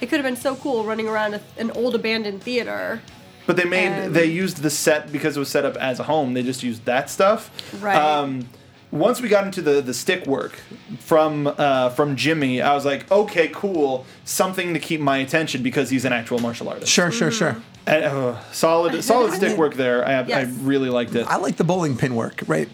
Speaker 3: It could have been so cool running around a, an old abandoned theater.
Speaker 1: But they made
Speaker 3: Um,
Speaker 1: they used the set because it was set up as a home. They just used that stuff.
Speaker 3: Right.
Speaker 1: Um, once we got into the the stick work from uh, from Jimmy, I was like, okay, cool, something to keep my attention because he's an actual martial artist.
Speaker 4: Sure, sure, sure.
Speaker 1: And, uh, solid solid stick work there. I,
Speaker 3: Yes.
Speaker 1: I really liked it.
Speaker 4: I like the bowling pin work, right?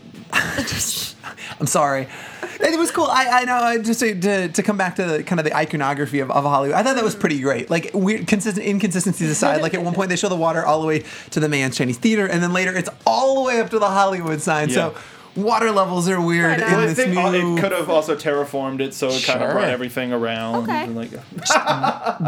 Speaker 4: Just- I'm sorry. And it was cool. I, I know. I Just to, to, to come back to the, kind of the iconography of, of Hollywood, I thought that was pretty great. Like weird consistent inconsistencies aside, like at one point they show the water all the way to the Man's Chinese Theater, and then later it's all the way up to the Hollywood sign. So water levels are
Speaker 3: Right
Speaker 4: weird in
Speaker 3: on.
Speaker 1: Well, I
Speaker 4: this
Speaker 1: think all-
Speaker 4: new
Speaker 1: it could have also terraformed it, so it kind of
Speaker 4: Sure.
Speaker 1: brought everything around.
Speaker 3: Okay.
Speaker 1: and, like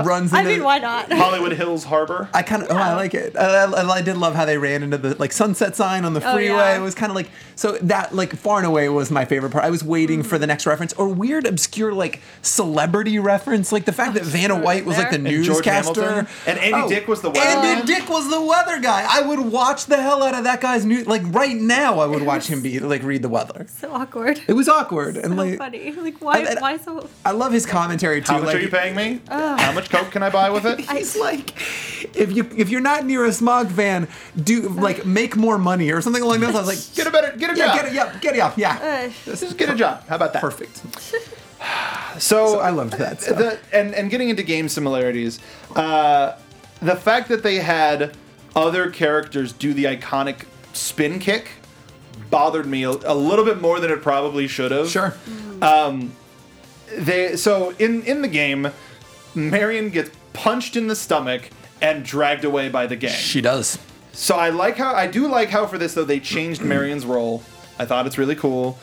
Speaker 4: runs.
Speaker 3: I
Speaker 4: Into,
Speaker 3: mean, why not?
Speaker 1: Hollywood Hills Harbor.
Speaker 4: I kind of, oh, I like it. I, I, I did love how they ran into the like sunset sign on the
Speaker 3: Oh,
Speaker 4: freeway.
Speaker 3: yeah.
Speaker 4: It was kind of like so that like far and away was my favorite part. I was waiting
Speaker 3: Mm-hmm.
Speaker 4: for the next reference or weird obscure like celebrity reference, like the fact that Vanna
Speaker 3: Oh, sure,
Speaker 4: White was like the
Speaker 3: there.
Speaker 1: And George
Speaker 4: newscaster Oh,
Speaker 1: Hamilton. And Andy Dick was the weather
Speaker 4: Andy
Speaker 1: man.
Speaker 4: Dick was the weather guy. I would watch the hell out of that guy's news. Like right now, I would watch him be like read the weather.
Speaker 3: so awkward.
Speaker 4: It was awkward
Speaker 3: so
Speaker 4: and like
Speaker 3: funny. Like why?
Speaker 4: And- and-
Speaker 3: why so?
Speaker 4: I love his commentary too.
Speaker 1: How much
Speaker 4: like,
Speaker 1: are you paying me? How much coke can I buy with it?
Speaker 4: He's like, if you if you're not near a smog van, do like make more money or something along those lines. I was like,
Speaker 1: Get a better, get a
Speaker 4: yeah,
Speaker 1: job.
Speaker 4: get it, yeah, get it up, yeah.
Speaker 3: Uh,
Speaker 1: Just get a job. How about that?
Speaker 4: Perfect.
Speaker 1: So,
Speaker 4: So I loved that stuff.
Speaker 1: The, and and getting into game similarities, uh, the fact that they had other characters do the iconic spin kick bothered me a, a little bit more than it probably should have.
Speaker 4: Sure.
Speaker 1: They so in in the game, Marion gets punched in the stomach and dragged away by the gang.
Speaker 4: does.
Speaker 1: So I like how I do like how for this though they changed Marion's role. I thought it's really cool,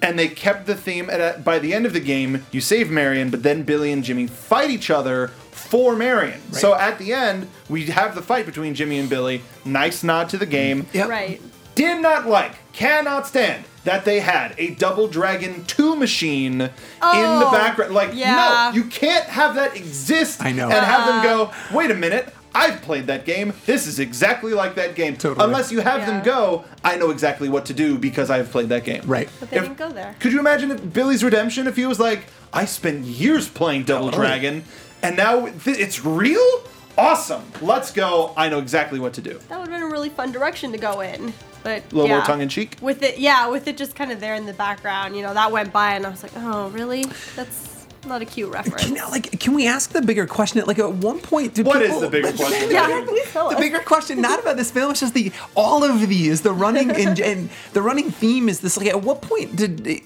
Speaker 1: and they kept the theme. And uh, by the end of the game, you save Marion, but then Billy and Jimmy fight each other for Marion. So at the end, we have the fight between Jimmy and Billy. Nice nod to the game.
Speaker 4: Yep.
Speaker 3: right.
Speaker 1: Did not like, cannot stand that they had a Double Dragon 2 machine in the
Speaker 3: Oh,
Speaker 1: background. Like,
Speaker 3: yeah. Uh.
Speaker 1: no, you can't have that exist
Speaker 4: I know.
Speaker 1: and have them go, wait a minute, I've played that game. This is exactly like that game.
Speaker 4: Totally.
Speaker 1: Unless you have them
Speaker 3: Yeah.
Speaker 1: go, I know exactly what to do because I have played that game.
Speaker 4: Right.
Speaker 3: But they
Speaker 1: If-
Speaker 3: didn't go there.
Speaker 1: Could you imagine if Billy's Redemption if he was like, I spent years playing Double
Speaker 4: Totally.
Speaker 1: Dragon and now th- it's real? Awesome. Let's go. I know exactly what to do.
Speaker 3: That would have been a really fun direction to go in. But
Speaker 1: A little
Speaker 3: yeah.
Speaker 1: more tongue in cheek.
Speaker 3: With it, yeah, with it just kind of there in the background, you know, that went by, and I was like, oh, really? That's not a cute reference.
Speaker 4: Can, like, can we ask the bigger question? Like, at one point, did
Speaker 1: What is
Speaker 4: people,
Speaker 1: the bigger question?
Speaker 3: yeah, please tell
Speaker 4: The
Speaker 3: us.
Speaker 4: bigger question, not about this film, it's just the all of these. The running and, and the running theme is this. Like, at what point did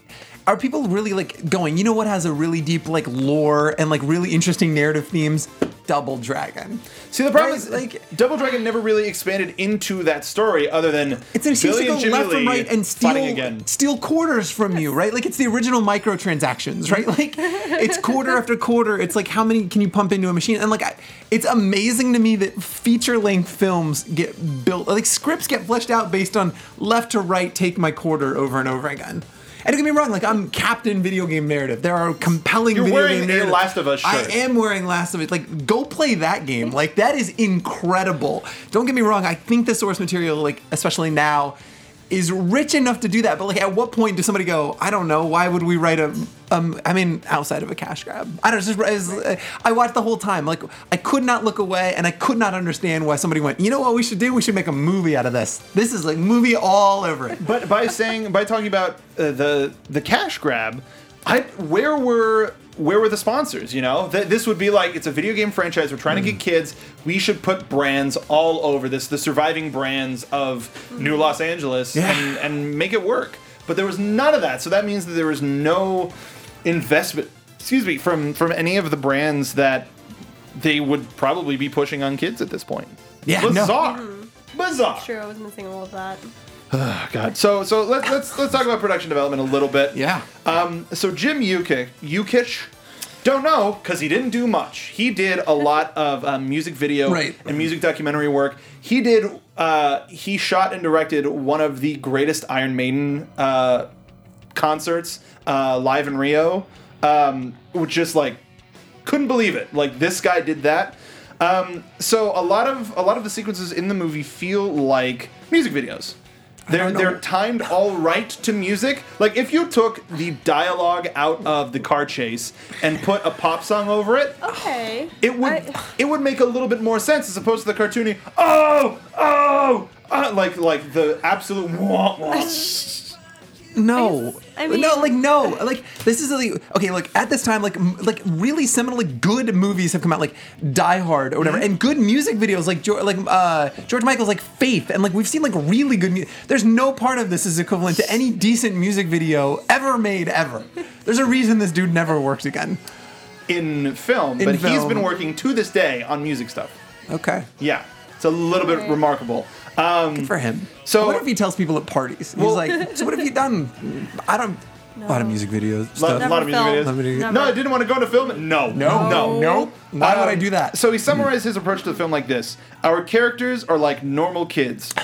Speaker 4: are people really like going? You know what has a really deep like lore and like really interesting narrative themes? Double Dragon.
Speaker 1: See, the problem
Speaker 4: Right,
Speaker 1: is
Speaker 4: like-
Speaker 1: like Double Dragon never really expanded into that story, other than
Speaker 4: It's an
Speaker 1: Billy
Speaker 4: to
Speaker 1: and
Speaker 4: go
Speaker 1: Jimmy
Speaker 4: left
Speaker 1: Lee
Speaker 4: and right and
Speaker 1: fighting
Speaker 4: steal
Speaker 1: again.
Speaker 4: steal quarters from you, right? Like it's the original microtransactions, right? Like it's quarter after quarter. It's like how many can you pump into a machine? And like I, it's amazing to me that feature length films get built, like scripts get fleshed out based on left to right, take my quarter over and over again. And don't get me wrong, like I'm captain video game narrative. There are compelling.
Speaker 1: You're
Speaker 4: video
Speaker 1: wearing
Speaker 4: game
Speaker 1: a
Speaker 4: narrative.
Speaker 1: Last of Us
Speaker 4: I
Speaker 1: shirt.
Speaker 4: am wearing Last of Us. Like, go play that game. Like, that is incredible. Don't get me wrong. I think the source material, like, especially now, is rich enough to do that. But like, at what point does somebody go? I don't know. Why would we write a? Um, I mean, outside of a cash grab. I don't. Know, it's just, it's- I watched the whole time. Like, I could not look away, and I could not understand why somebody went. You know what we should do? We should make a movie out of this. This is like movie all over it.
Speaker 1: But by saying, by talking about uh, the the cash grab, I where were where were the sponsors? You know, Th- this would be like it's a video game franchise. We're trying to
Speaker 4: Hmm.
Speaker 1: get kids. We should put brands all over this, the surviving brands of New Los Angeles,
Speaker 4: Hmm. Yeah.
Speaker 1: and, and make it work. But there was none of that. So that means that there was no investment. Excuse me, from from any of the brands that they would probably be pushing on kids at this point.
Speaker 4: Yeah, no. Mm-hmm.
Speaker 1: bizarre, bizarre.
Speaker 3: Sure, I was missing all of that.
Speaker 1: God. So so let's let's let's talk about production development a little bit.
Speaker 4: Yeah.
Speaker 1: Um. So Jim Yukich, Yukich, don't know because he didn't do much. He did a lot of um, music video
Speaker 4: Right.
Speaker 1: and music documentary work. He did. Uh, he shot and directed one of the greatest Iron Maiden uh, concerts uh, live in Rio, um, which just like couldn't believe it. Like this guy did that. Um, so a lot of a lot of the sequences in the movie feel like music videos. They're,
Speaker 4: don't know.
Speaker 1: they're timed all right to music. Like if you took the dialogue out of the car chase and put a pop song over it,
Speaker 3: Okay.
Speaker 1: it would
Speaker 3: I-
Speaker 1: it would make a little bit more sense as opposed to the cartoony oh oh uh, like like the absolute wah wah.
Speaker 4: No,
Speaker 3: I mean-
Speaker 4: no, like no, like this is like okay. Like at this time, like m- like really seminal, like good movies have come out, like Die Hard or whatever, and good music videos, like George, like uh, George Michael's, like Faith, and like we've seen like really good. Mu- There's no part of this is equivalent to any decent music video ever made ever. There's a reason this dude never works again.
Speaker 1: in film,
Speaker 4: In
Speaker 1: but he's
Speaker 4: film.
Speaker 1: been working to this day on music stuff.
Speaker 4: Okay,
Speaker 1: Yeah, it's a little bit
Speaker 3: Right.
Speaker 1: remarkable.
Speaker 4: good
Speaker 1: Um,
Speaker 4: for him.
Speaker 1: So-
Speaker 4: what if he tells people at parties?
Speaker 1: Well-
Speaker 4: He's like, so what have you done? I don't. A lot of music videos.
Speaker 1: lot,
Speaker 4: Stuff.
Speaker 1: lot of music
Speaker 3: Never
Speaker 1: videos.
Speaker 3: film.
Speaker 4: Never.
Speaker 1: No, I didn't want to go into film. No,
Speaker 4: No.
Speaker 1: no,
Speaker 4: No. Why would I
Speaker 1: Um,
Speaker 4: do that?
Speaker 1: So he summarized his approach to the film like this: Our characters are like normal kids.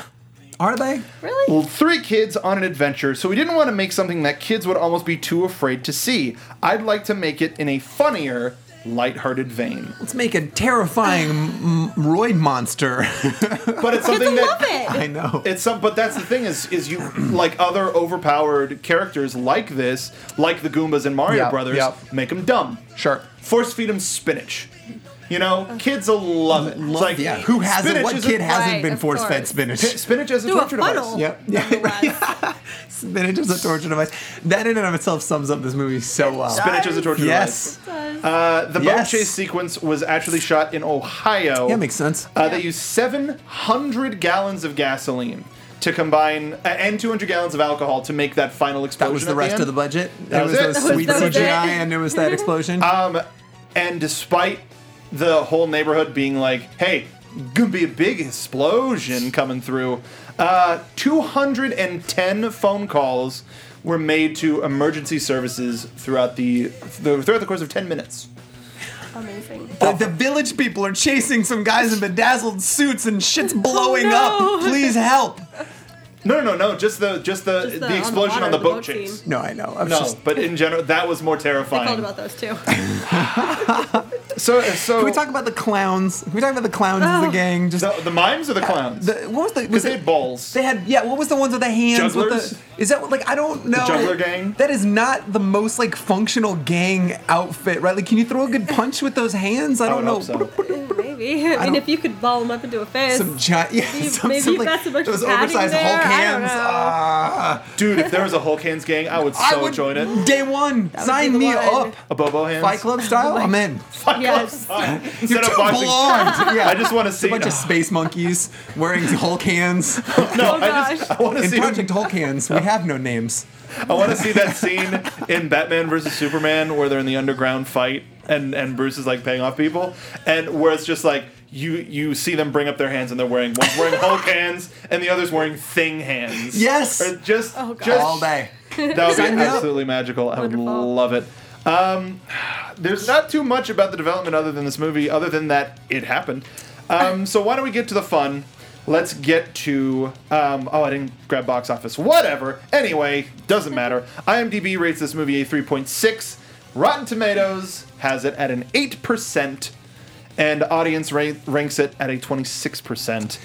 Speaker 4: Are they?
Speaker 3: Really?
Speaker 1: Well, three kids on an adventure, so we didn't want to make something that kids would almost be too afraid to see. I'd like to make it in a funnier, lighthearted vein.
Speaker 4: Let's make a terrifying m- m- roid monster.
Speaker 1: But it's
Speaker 3: Kids
Speaker 1: something
Speaker 3: will love
Speaker 1: that
Speaker 3: it.
Speaker 4: I know.
Speaker 1: It's some, but that's the thing is, is you like other overpowered characters like this, like the Goombas and Mario
Speaker 4: Yep,
Speaker 1: Brothers,
Speaker 4: yep.
Speaker 1: make them dumb.
Speaker 4: Sure.
Speaker 1: Force feed them spinach. You know, kids will love it. it's like
Speaker 4: yeah. Who hasn't?
Speaker 1: Spinach
Speaker 4: What
Speaker 1: is
Speaker 4: kid
Speaker 1: a-
Speaker 4: hasn't
Speaker 3: Right,
Speaker 4: been
Speaker 3: of
Speaker 4: force fed
Speaker 3: course.
Speaker 1: Pi-
Speaker 4: spinach?
Speaker 1: Spinach as a
Speaker 3: Do a
Speaker 1: torture
Speaker 3: funnel.
Speaker 1: device.
Speaker 4: Yep. Yeah. spinach is a torture device. That in and of itself sums up this movie so well.
Speaker 1: Spinach as a torture
Speaker 4: Yes.
Speaker 1: device. Uh, the
Speaker 4: Yes.
Speaker 1: boat chase sequence was actually shot in Ohio.
Speaker 4: Yeah, makes sense.
Speaker 1: Uh, They used 700 gallons of gasoline to combine, uh, and 200 gallons of alcohol to make that final explosion.
Speaker 4: That was the
Speaker 1: at
Speaker 4: rest
Speaker 1: end.
Speaker 4: of the budget.
Speaker 1: That
Speaker 4: it
Speaker 1: was
Speaker 4: was
Speaker 1: it.
Speaker 4: those
Speaker 1: That was- Uh,
Speaker 4: sweet
Speaker 3: that was it.
Speaker 4: CGI, and it was that explosion.
Speaker 1: And despite the whole neighborhood being like, hey, gonna be a big explosion coming through, uh, 210 phone calls were made to emergency services throughout the, the throughout the course of 10 minutes.
Speaker 3: Amazing.
Speaker 4: the, the village people are chasing some guys in bedazzled suits, and shit's
Speaker 1: Oh,
Speaker 4: blowing
Speaker 3: no.
Speaker 4: up. Please help.
Speaker 1: No, no, no, no, just the just the,
Speaker 3: Just
Speaker 1: the,
Speaker 3: on
Speaker 1: explosion
Speaker 3: water,
Speaker 1: on the, boat,
Speaker 3: scene.
Speaker 1: chase.
Speaker 4: No, I know. I'm
Speaker 1: No,
Speaker 4: just.
Speaker 1: but in general, that was more
Speaker 3: I called
Speaker 1: terrifying.
Speaker 3: about those too.
Speaker 1: So, so
Speaker 4: Can we talk about the clowns? Can we talk about the clowns of the
Speaker 3: Oh.
Speaker 4: gang? Just
Speaker 1: the, the mimes or the clowns?
Speaker 4: The, what was the?
Speaker 1: Ah. Because
Speaker 4: Was
Speaker 1: they
Speaker 4: it
Speaker 1: had balls.
Speaker 4: They had yeah. What was the ones with the hands?
Speaker 1: Jugglers?
Speaker 4: With the, is that what- like I don't know.
Speaker 1: juggler gang?
Speaker 4: That is not the most like functional gang outfit, right? Like, can you throw a good punch with those hands? I
Speaker 1: I
Speaker 4: don't
Speaker 1: would
Speaker 4: know.
Speaker 1: hope so.
Speaker 3: Maybe. I, mean,
Speaker 4: don't-
Speaker 3: if you could ball them up into a fist.
Speaker 4: Some giant, yeah,
Speaker 3: Maybe-
Speaker 4: some,
Speaker 3: maybe
Speaker 4: some,
Speaker 3: you've
Speaker 4: like,
Speaker 3: got some extra
Speaker 4: those
Speaker 3: padding
Speaker 4: oversized
Speaker 3: there, I
Speaker 4: Hulk
Speaker 3: don't
Speaker 4: hands.
Speaker 3: know.
Speaker 4: Ah.
Speaker 1: Dude, if there was a Hulk Hands gang, I would so
Speaker 4: I would
Speaker 1: join it.
Speaker 4: Day one,
Speaker 3: would
Speaker 4: sign
Speaker 3: be the
Speaker 4: me
Speaker 3: one.
Speaker 4: up.
Speaker 1: A Bobo Hands.
Speaker 4: Fight Club style, I'm in.
Speaker 3: yes.
Speaker 1: Instead
Speaker 4: You're
Speaker 1: of
Speaker 4: too
Speaker 1: boxing-
Speaker 4: blonde. Yeah.
Speaker 1: I just want to
Speaker 4: a
Speaker 1: see.
Speaker 4: bunch of space monkeys wearing Hulk hands.
Speaker 1: no,
Speaker 3: Oh,
Speaker 1: I just
Speaker 3: gosh.
Speaker 1: I want to
Speaker 4: In
Speaker 1: see.
Speaker 4: Project Hulk hands, we have no names.
Speaker 1: I want to see that scene in Batman versus Superman where they're in the underground fight and and Bruce is like paying off people and where it's just like you you see them bring up their hands and they're wearing one's wearing Hulk hands and the other's wearing Thing hands.
Speaker 4: Yes.
Speaker 1: Or just
Speaker 3: Oh, God.
Speaker 1: just
Speaker 4: All day.
Speaker 1: That would
Speaker 4: Sign
Speaker 1: be
Speaker 4: me up.
Speaker 1: absolutely magical. I would
Speaker 3: Wonderful.
Speaker 1: love it. Um, there's not too much about the development other than this movie, other than that it happened. Um, so why don't we get to the fun? Let's get to. Um, oh, I didn't grab box office. Whatever. Anyway, doesn't matter. IMDb rates this movie a 3.6. Rotten Tomatoes has it at an 8%, and audience ra- ranks it at a 26%.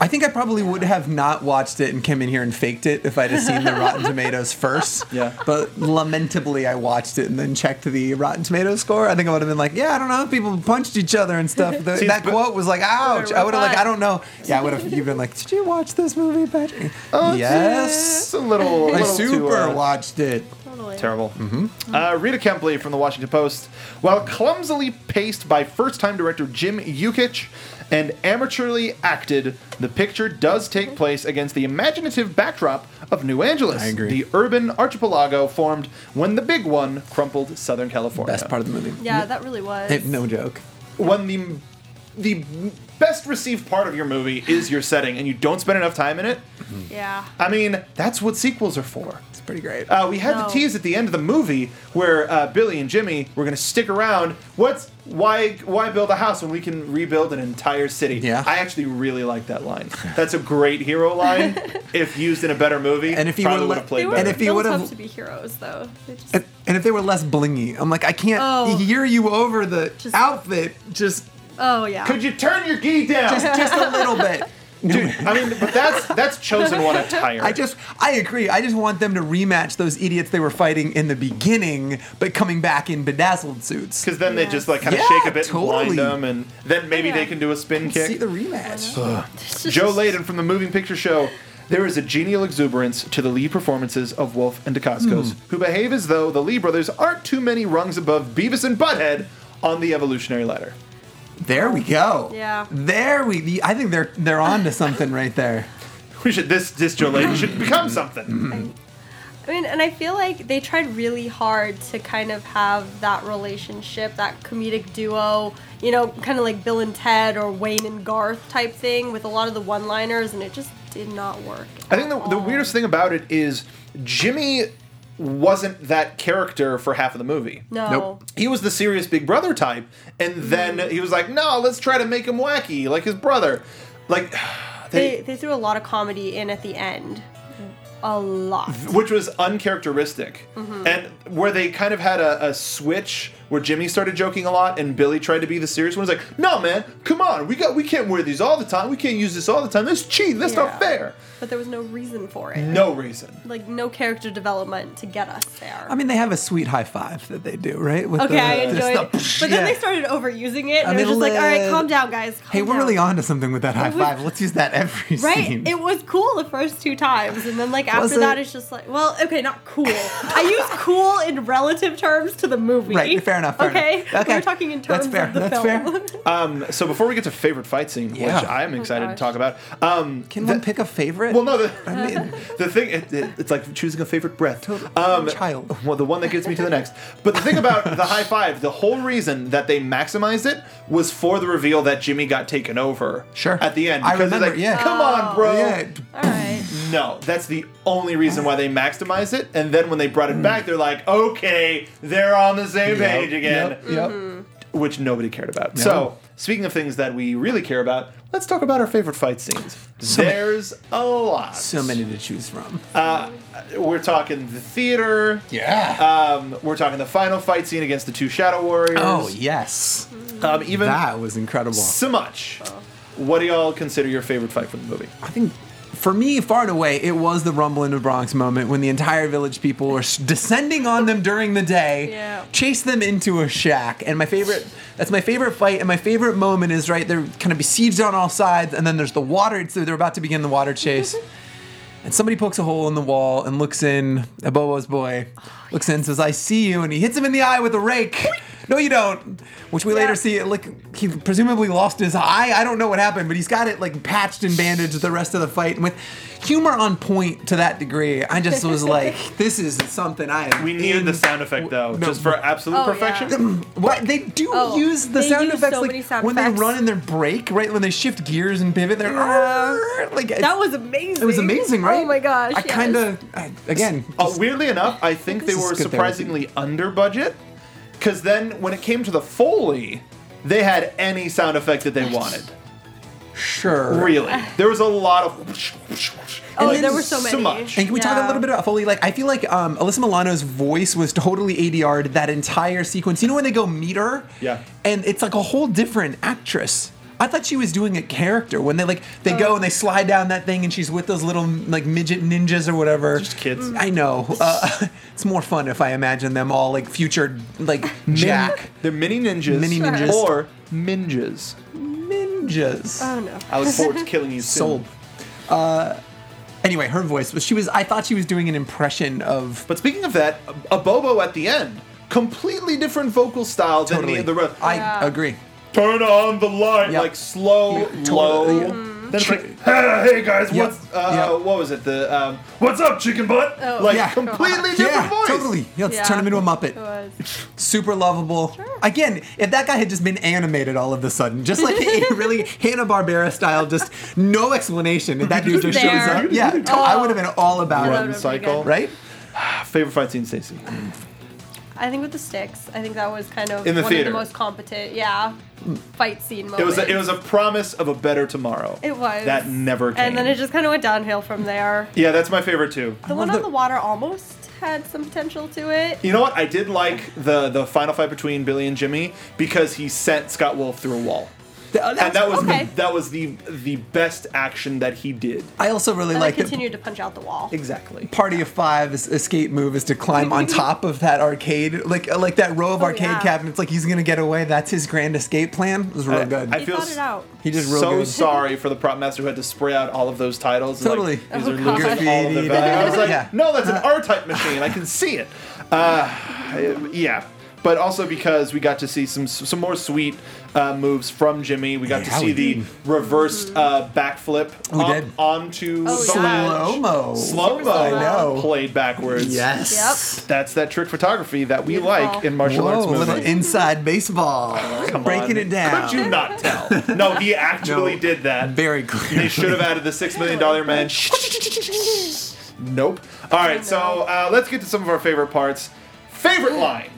Speaker 4: I think I probably would have not watched it and came in here and faked it if I'd have seen the Rotten Tomatoes first.
Speaker 1: Yeah.
Speaker 4: But lamentably, I watched it and then checked the Rotten Tomatoes score. I think I would have been like, yeah, I don't know. People punched each other and stuff. The-
Speaker 1: See,
Speaker 4: that
Speaker 1: but-
Speaker 4: quote was like, ouch. I would have like,
Speaker 3: Robot.
Speaker 4: I don't know. Yeah, I would have. You've been like, did you watch this movie, Patrick? yes.
Speaker 1: It's a little. a
Speaker 4: I
Speaker 1: Oh, little too,
Speaker 4: super
Speaker 1: uh,
Speaker 4: watched it.
Speaker 3: Totally.
Speaker 1: Terrible.
Speaker 4: Mm-hmm.
Speaker 1: Uh, Rita Kempley from the Washington Post. While clumsily paced by first time director Jim Yukich and amateurly acted, the picture does take place against the imaginative backdrop of New Angeles,
Speaker 4: I agree.
Speaker 1: the urban archipelago formed when the big one crumpled Southern California.
Speaker 4: Best part of the movie.
Speaker 3: Yeah, that really was.
Speaker 4: Eh, no joke.
Speaker 1: when the the best received part of your movie is your setting and you don't spend enough time in it.
Speaker 3: Yeah.
Speaker 1: I mean, that's what sequels are for.
Speaker 4: It's pretty great.
Speaker 1: Uh, we had
Speaker 3: No.
Speaker 1: the tease at the end of the movie where uh, Billy and Jimmy were going to stick around. What's why why build a house when we can rebuild an entire city?
Speaker 4: Yeah.
Speaker 1: I actually really like that line. That's a great hero line. if used in a better movie,
Speaker 4: And if he
Speaker 1: probably would
Speaker 4: would've let-
Speaker 1: have
Speaker 3: They
Speaker 1: played
Speaker 3: were
Speaker 1: better.
Speaker 4: And if he
Speaker 3: built
Speaker 4: would've-
Speaker 3: up to be heroes, though. They just,
Speaker 4: And, and if they were less blingy, I'm like, I can't
Speaker 3: Oh.
Speaker 4: hear you over the
Speaker 3: Just-
Speaker 4: outfit. Just
Speaker 3: oh yeah.
Speaker 1: Could you turn your gi down?
Speaker 4: just, just a little bit.
Speaker 1: Dude, I mean, but that's that's chosen one attire.
Speaker 4: I just, I agree. I just want them to rematch those idiots they were fighting in the beginning, but coming back in bedazzled suits.
Speaker 1: because then they just like kind of
Speaker 4: Yeah,
Speaker 1: shake a bit
Speaker 4: totally.
Speaker 1: and blind them, and then maybe
Speaker 3: Yeah.
Speaker 1: they can do a spin kick.
Speaker 4: See the rematch.
Speaker 1: Joe Layden from the Moving Picture Show. There is a genial exuberance to the Lee performances of Wolf and DeCascos, who behave as though the Lee brothers aren't too many rungs above Beavis and Butthead on the evolutionary ladder.
Speaker 4: There we go.
Speaker 3: Yeah.
Speaker 4: There we. I think they're they're on to something right there.
Speaker 1: We should this this Joe Layden should become something.
Speaker 3: I mean, and I feel like they tried really hard to kind of have that relationship, that comedic duo, you know, kind of like Bill and Ted or Wayne and Garth type thing with a lot of the one liners, and it just did not work.
Speaker 1: I think the,
Speaker 3: at
Speaker 1: the
Speaker 3: all.
Speaker 1: weirdest thing about it is Jimmy wasn't that character for half of the movie.
Speaker 3: No. Hmm.
Speaker 4: Nope.
Speaker 1: He was the serious big brother type, and then he was like, "No, let's try to make him wacky like his brother." Like
Speaker 3: They, they threw a lot of comedy in at the end. A lot.
Speaker 1: which was uncharacteristic
Speaker 3: Mm-hmm.
Speaker 1: and where they kind of had a, a switch where jimmy started joking a lot and billy tried to be the serious one he's like no man come on we got we can't wear these all the time we can't use this all the time that's cheating that's
Speaker 3: Yeah.
Speaker 1: not fair
Speaker 3: But there was no reason for it.
Speaker 1: no reason
Speaker 3: Like, no character development to get us there.
Speaker 4: I mean, they have a sweet high five that they do, right? With
Speaker 3: okay,
Speaker 4: the-
Speaker 3: I
Speaker 4: just
Speaker 3: enjoyed it.
Speaker 4: the-
Speaker 3: But then they started overusing it, and
Speaker 4: I
Speaker 3: I was
Speaker 4: mean,
Speaker 3: just like, all right,
Speaker 4: let-
Speaker 3: calm down, guys.
Speaker 4: Hey,
Speaker 3: calm
Speaker 4: we're
Speaker 3: down."
Speaker 4: really on to something with that high
Speaker 3: was-
Speaker 4: five. Let's use that every
Speaker 3: Right,
Speaker 4: scene.
Speaker 3: it was cool the first two times, and then like after
Speaker 4: Was
Speaker 3: that,
Speaker 4: it?
Speaker 3: it's just like, well, okay, not cool. I use cool in relative terms to the movie.
Speaker 4: Right, fair enough. Fair
Speaker 3: okay,
Speaker 4: enough.
Speaker 3: we were talking in terms
Speaker 4: That's fair.
Speaker 3: of the
Speaker 4: That's
Speaker 3: film.
Speaker 4: fair.
Speaker 1: um, so before we get to favorite fight scene
Speaker 4: Yeah.
Speaker 1: which i'm excited to
Speaker 3: Oh, gosh.
Speaker 1: talk about um,
Speaker 4: Can one pick a favorite?
Speaker 1: well no the,
Speaker 4: I mean,
Speaker 1: the thing it, it- it's like choosing a favorite breath
Speaker 4: totally.
Speaker 1: um,
Speaker 4: child.
Speaker 1: well, the one that gets me to the next. But the thing about the high five, the whole reason that they maximized it was for the reveal that Jimmy got taken over.
Speaker 4: Sure.
Speaker 1: At the end,
Speaker 4: I
Speaker 1: because it's
Speaker 4: remember,
Speaker 1: like,
Speaker 4: yeah. Oh.
Speaker 1: Come on, bro.
Speaker 4: Yeah.
Speaker 3: All right.
Speaker 1: No, that's the only reason why they maximized it. And then when they brought it back, they're like, okay, they're on the same page again,
Speaker 4: Mm. Yep. yep.
Speaker 1: which nobody cared about. So. Speaking of things that we really care about, let's talk about our favorite fight scenes. There's a lot.
Speaker 4: So many to choose from.
Speaker 1: Uh, We're talking the theater.
Speaker 4: yeah.
Speaker 1: Um, we're talking the final fight scene against the two Shadow Warriors.
Speaker 4: oh yes,
Speaker 1: Um, even
Speaker 4: that was incredible.
Speaker 1: so much. What do y'all consider your favorite fight from the movie?
Speaker 4: I think for me, far and away, it was the Rumble in the Bronx moment when the entire village people were s- descending on them during the day,
Speaker 3: Yeah.
Speaker 4: chase them into a shack. And my favorite, that's my favorite fight. And my favorite moment is right, they're kind of besieged on all sides. And then there's the water, so they're about to begin the water chase. and somebody pokes a hole in the wall and looks in, Abobo's boy looks in, says, I see you. And he hits him in the eye with a rake. No, you don't. Which we later see it like he presumably lost his eye. I don't know what happened, but he's got it like patched and bandaged the rest of the fight. And with humor on point to that degree, I just was like, this is something I am
Speaker 1: We needed
Speaker 4: in
Speaker 1: the sound effect though,
Speaker 4: no.
Speaker 1: just for absolute
Speaker 3: Oh,
Speaker 1: perfection.
Speaker 4: what they do
Speaker 3: Oh,
Speaker 4: use the
Speaker 3: they
Speaker 4: sound
Speaker 3: use
Speaker 4: effects
Speaker 3: so many
Speaker 4: like
Speaker 3: sound
Speaker 4: when
Speaker 3: effects.
Speaker 4: they run and their break, right? When they shift gears and pivot, they're
Speaker 3: Yeah.
Speaker 4: like
Speaker 3: That was amazing.
Speaker 4: it was amazing, right?
Speaker 3: Oh my gosh.
Speaker 4: I
Speaker 3: yes.
Speaker 4: kind of again.
Speaker 1: Uh, weirdly enough, I think they
Speaker 4: This is
Speaker 1: were
Speaker 4: good
Speaker 1: surprisingly under budget. Because then when it came to the Foley, they had any sound effect that they wanted.
Speaker 4: Sure.
Speaker 1: Really. There was a lot of. whoosh, whoosh, whoosh.
Speaker 3: Oh,
Speaker 1: And
Speaker 3: there
Speaker 1: it's
Speaker 3: were so many.
Speaker 1: much.
Speaker 4: And can we talk
Speaker 3: Yeah.
Speaker 4: a little bit about Foley? Like, I feel like um, Alyssa Milano's voice was totally ADR'd that entire sequence. You know when they go meter?
Speaker 1: Yeah.
Speaker 4: And it's like a whole different actress. I thought she was doing a character when they like they go and they slide down that thing and she's with those little like midget ninjas or whatever. Mm.
Speaker 1: Just kids.
Speaker 4: I know. Uh, it's more fun if I imagine them all like future like Jack
Speaker 1: They're mini ninjas.
Speaker 4: Mini ninjas.
Speaker 1: Or minjas.
Speaker 4: ninjas.
Speaker 3: Oh no.
Speaker 1: I look forward to killing you soon.
Speaker 4: Sold. Uh, anyway, her voice was she was. I thought she was doing an impression of.
Speaker 1: But speaking of that, a Bobo at the end, completely different vocal style
Speaker 4: Totally.
Speaker 1: than the, the rest.
Speaker 4: I
Speaker 3: Yeah.
Speaker 4: agree.
Speaker 1: turn on the light,
Speaker 4: Yep.
Speaker 1: like slow,
Speaker 4: Yeah, totally,
Speaker 1: low.
Speaker 4: yeah.
Speaker 3: Hmm?
Speaker 1: Then it's like, "Ah, hey guys,
Speaker 4: Yep,
Speaker 1: what's uh,
Speaker 4: yep.
Speaker 1: what was it? The um, what's up, chicken butt?
Speaker 3: Oh,
Speaker 1: like
Speaker 4: Yeah.
Speaker 1: completely different
Speaker 4: Yeah,
Speaker 1: voice.
Speaker 4: totally. Yeah, let's
Speaker 3: Yeah.
Speaker 4: turn him into a
Speaker 3: It
Speaker 4: Muppet.
Speaker 3: was.
Speaker 4: Super lovable. Again, if that guy had just been animated all of a sudden, just like a really Hanna Barbera style, just no explanation. If that dude just shows
Speaker 3: There.
Speaker 4: up, yeah, to- I would have been all
Speaker 1: Run
Speaker 4: about it,
Speaker 3: would've been
Speaker 1: cycle.
Speaker 3: good.
Speaker 4: right?
Speaker 1: Favorite fight scene, Stacey.
Speaker 3: Oh, I think with the sticks, I think that was kind of
Speaker 1: In the
Speaker 3: one
Speaker 1: theater.
Speaker 3: of the most competent, yeah, fight scene moment.
Speaker 1: It was a, it was a promise of a better tomorrow.
Speaker 3: It was.
Speaker 1: that never came.
Speaker 3: And then it just kind of went downhill from there.
Speaker 1: yeah, that's my favorite too.
Speaker 3: The one
Speaker 4: love
Speaker 3: on
Speaker 4: the-
Speaker 3: the water almost had some potential to it.
Speaker 1: You know what? I did like the the final fight between Billy and Jimmy because he sent Scott Wolf through a wall.
Speaker 4: Th- that's-
Speaker 1: and that was
Speaker 3: Okay.
Speaker 1: the, that was the the best action that he did.
Speaker 4: I also really
Speaker 3: And
Speaker 4: like
Speaker 3: I
Speaker 4: that
Speaker 3: continued to punch out the wall.
Speaker 1: Exactly.
Speaker 4: Party of Five's escape move is to climb on top of that arcade, like like that row of
Speaker 3: Oh,
Speaker 4: arcade
Speaker 3: yeah.
Speaker 4: cabinets. Like he's gonna get away. That's his grand escape plan. It was real
Speaker 1: I-
Speaker 4: good.
Speaker 1: Uh, I
Speaker 3: He
Speaker 1: feel
Speaker 3: thought
Speaker 1: s-
Speaker 3: it out.
Speaker 4: he just real
Speaker 1: so
Speaker 4: good.
Speaker 1: sorry for the prop master who had to spray out all of those titles. and,
Speaker 4: Totally.
Speaker 1: Like, these
Speaker 3: Oh,
Speaker 1: are
Speaker 3: God.
Speaker 1: losing all of their value. I was like,
Speaker 4: Yeah.
Speaker 1: no, that's an R-type machine. I can see it. Uh, yeah. But also because we got to see some some more sweet uh, moves from Jimmy. We got
Speaker 4: Yeah,
Speaker 1: to see
Speaker 4: we
Speaker 1: the
Speaker 4: did.
Speaker 1: reversed uh, backflip
Speaker 4: We
Speaker 1: on-
Speaker 4: Oh, did.
Speaker 1: onto
Speaker 3: Oh,
Speaker 1: the
Speaker 3: yeah.
Speaker 4: Slow mo.
Speaker 1: Slow
Speaker 4: I
Speaker 1: mo.
Speaker 4: know.
Speaker 1: Played backwards.
Speaker 4: Yes.
Speaker 1: That's that trick photography that we
Speaker 3: Beautiful.
Speaker 1: like in martial
Speaker 4: Whoa,
Speaker 1: arts
Speaker 4: a little
Speaker 1: movies.
Speaker 4: inside baseball.
Speaker 1: Come
Speaker 4: Breaking
Speaker 1: on.
Speaker 4: it down.
Speaker 1: Could you not tell? No, he actually
Speaker 4: No.
Speaker 1: did that.
Speaker 4: Very
Speaker 1: They
Speaker 4: clearly.
Speaker 1: should have added the six million dollar man. nope. All right, so
Speaker 3: Oh,
Speaker 1: uh, let's get to some of our favorite parts. Favorite line.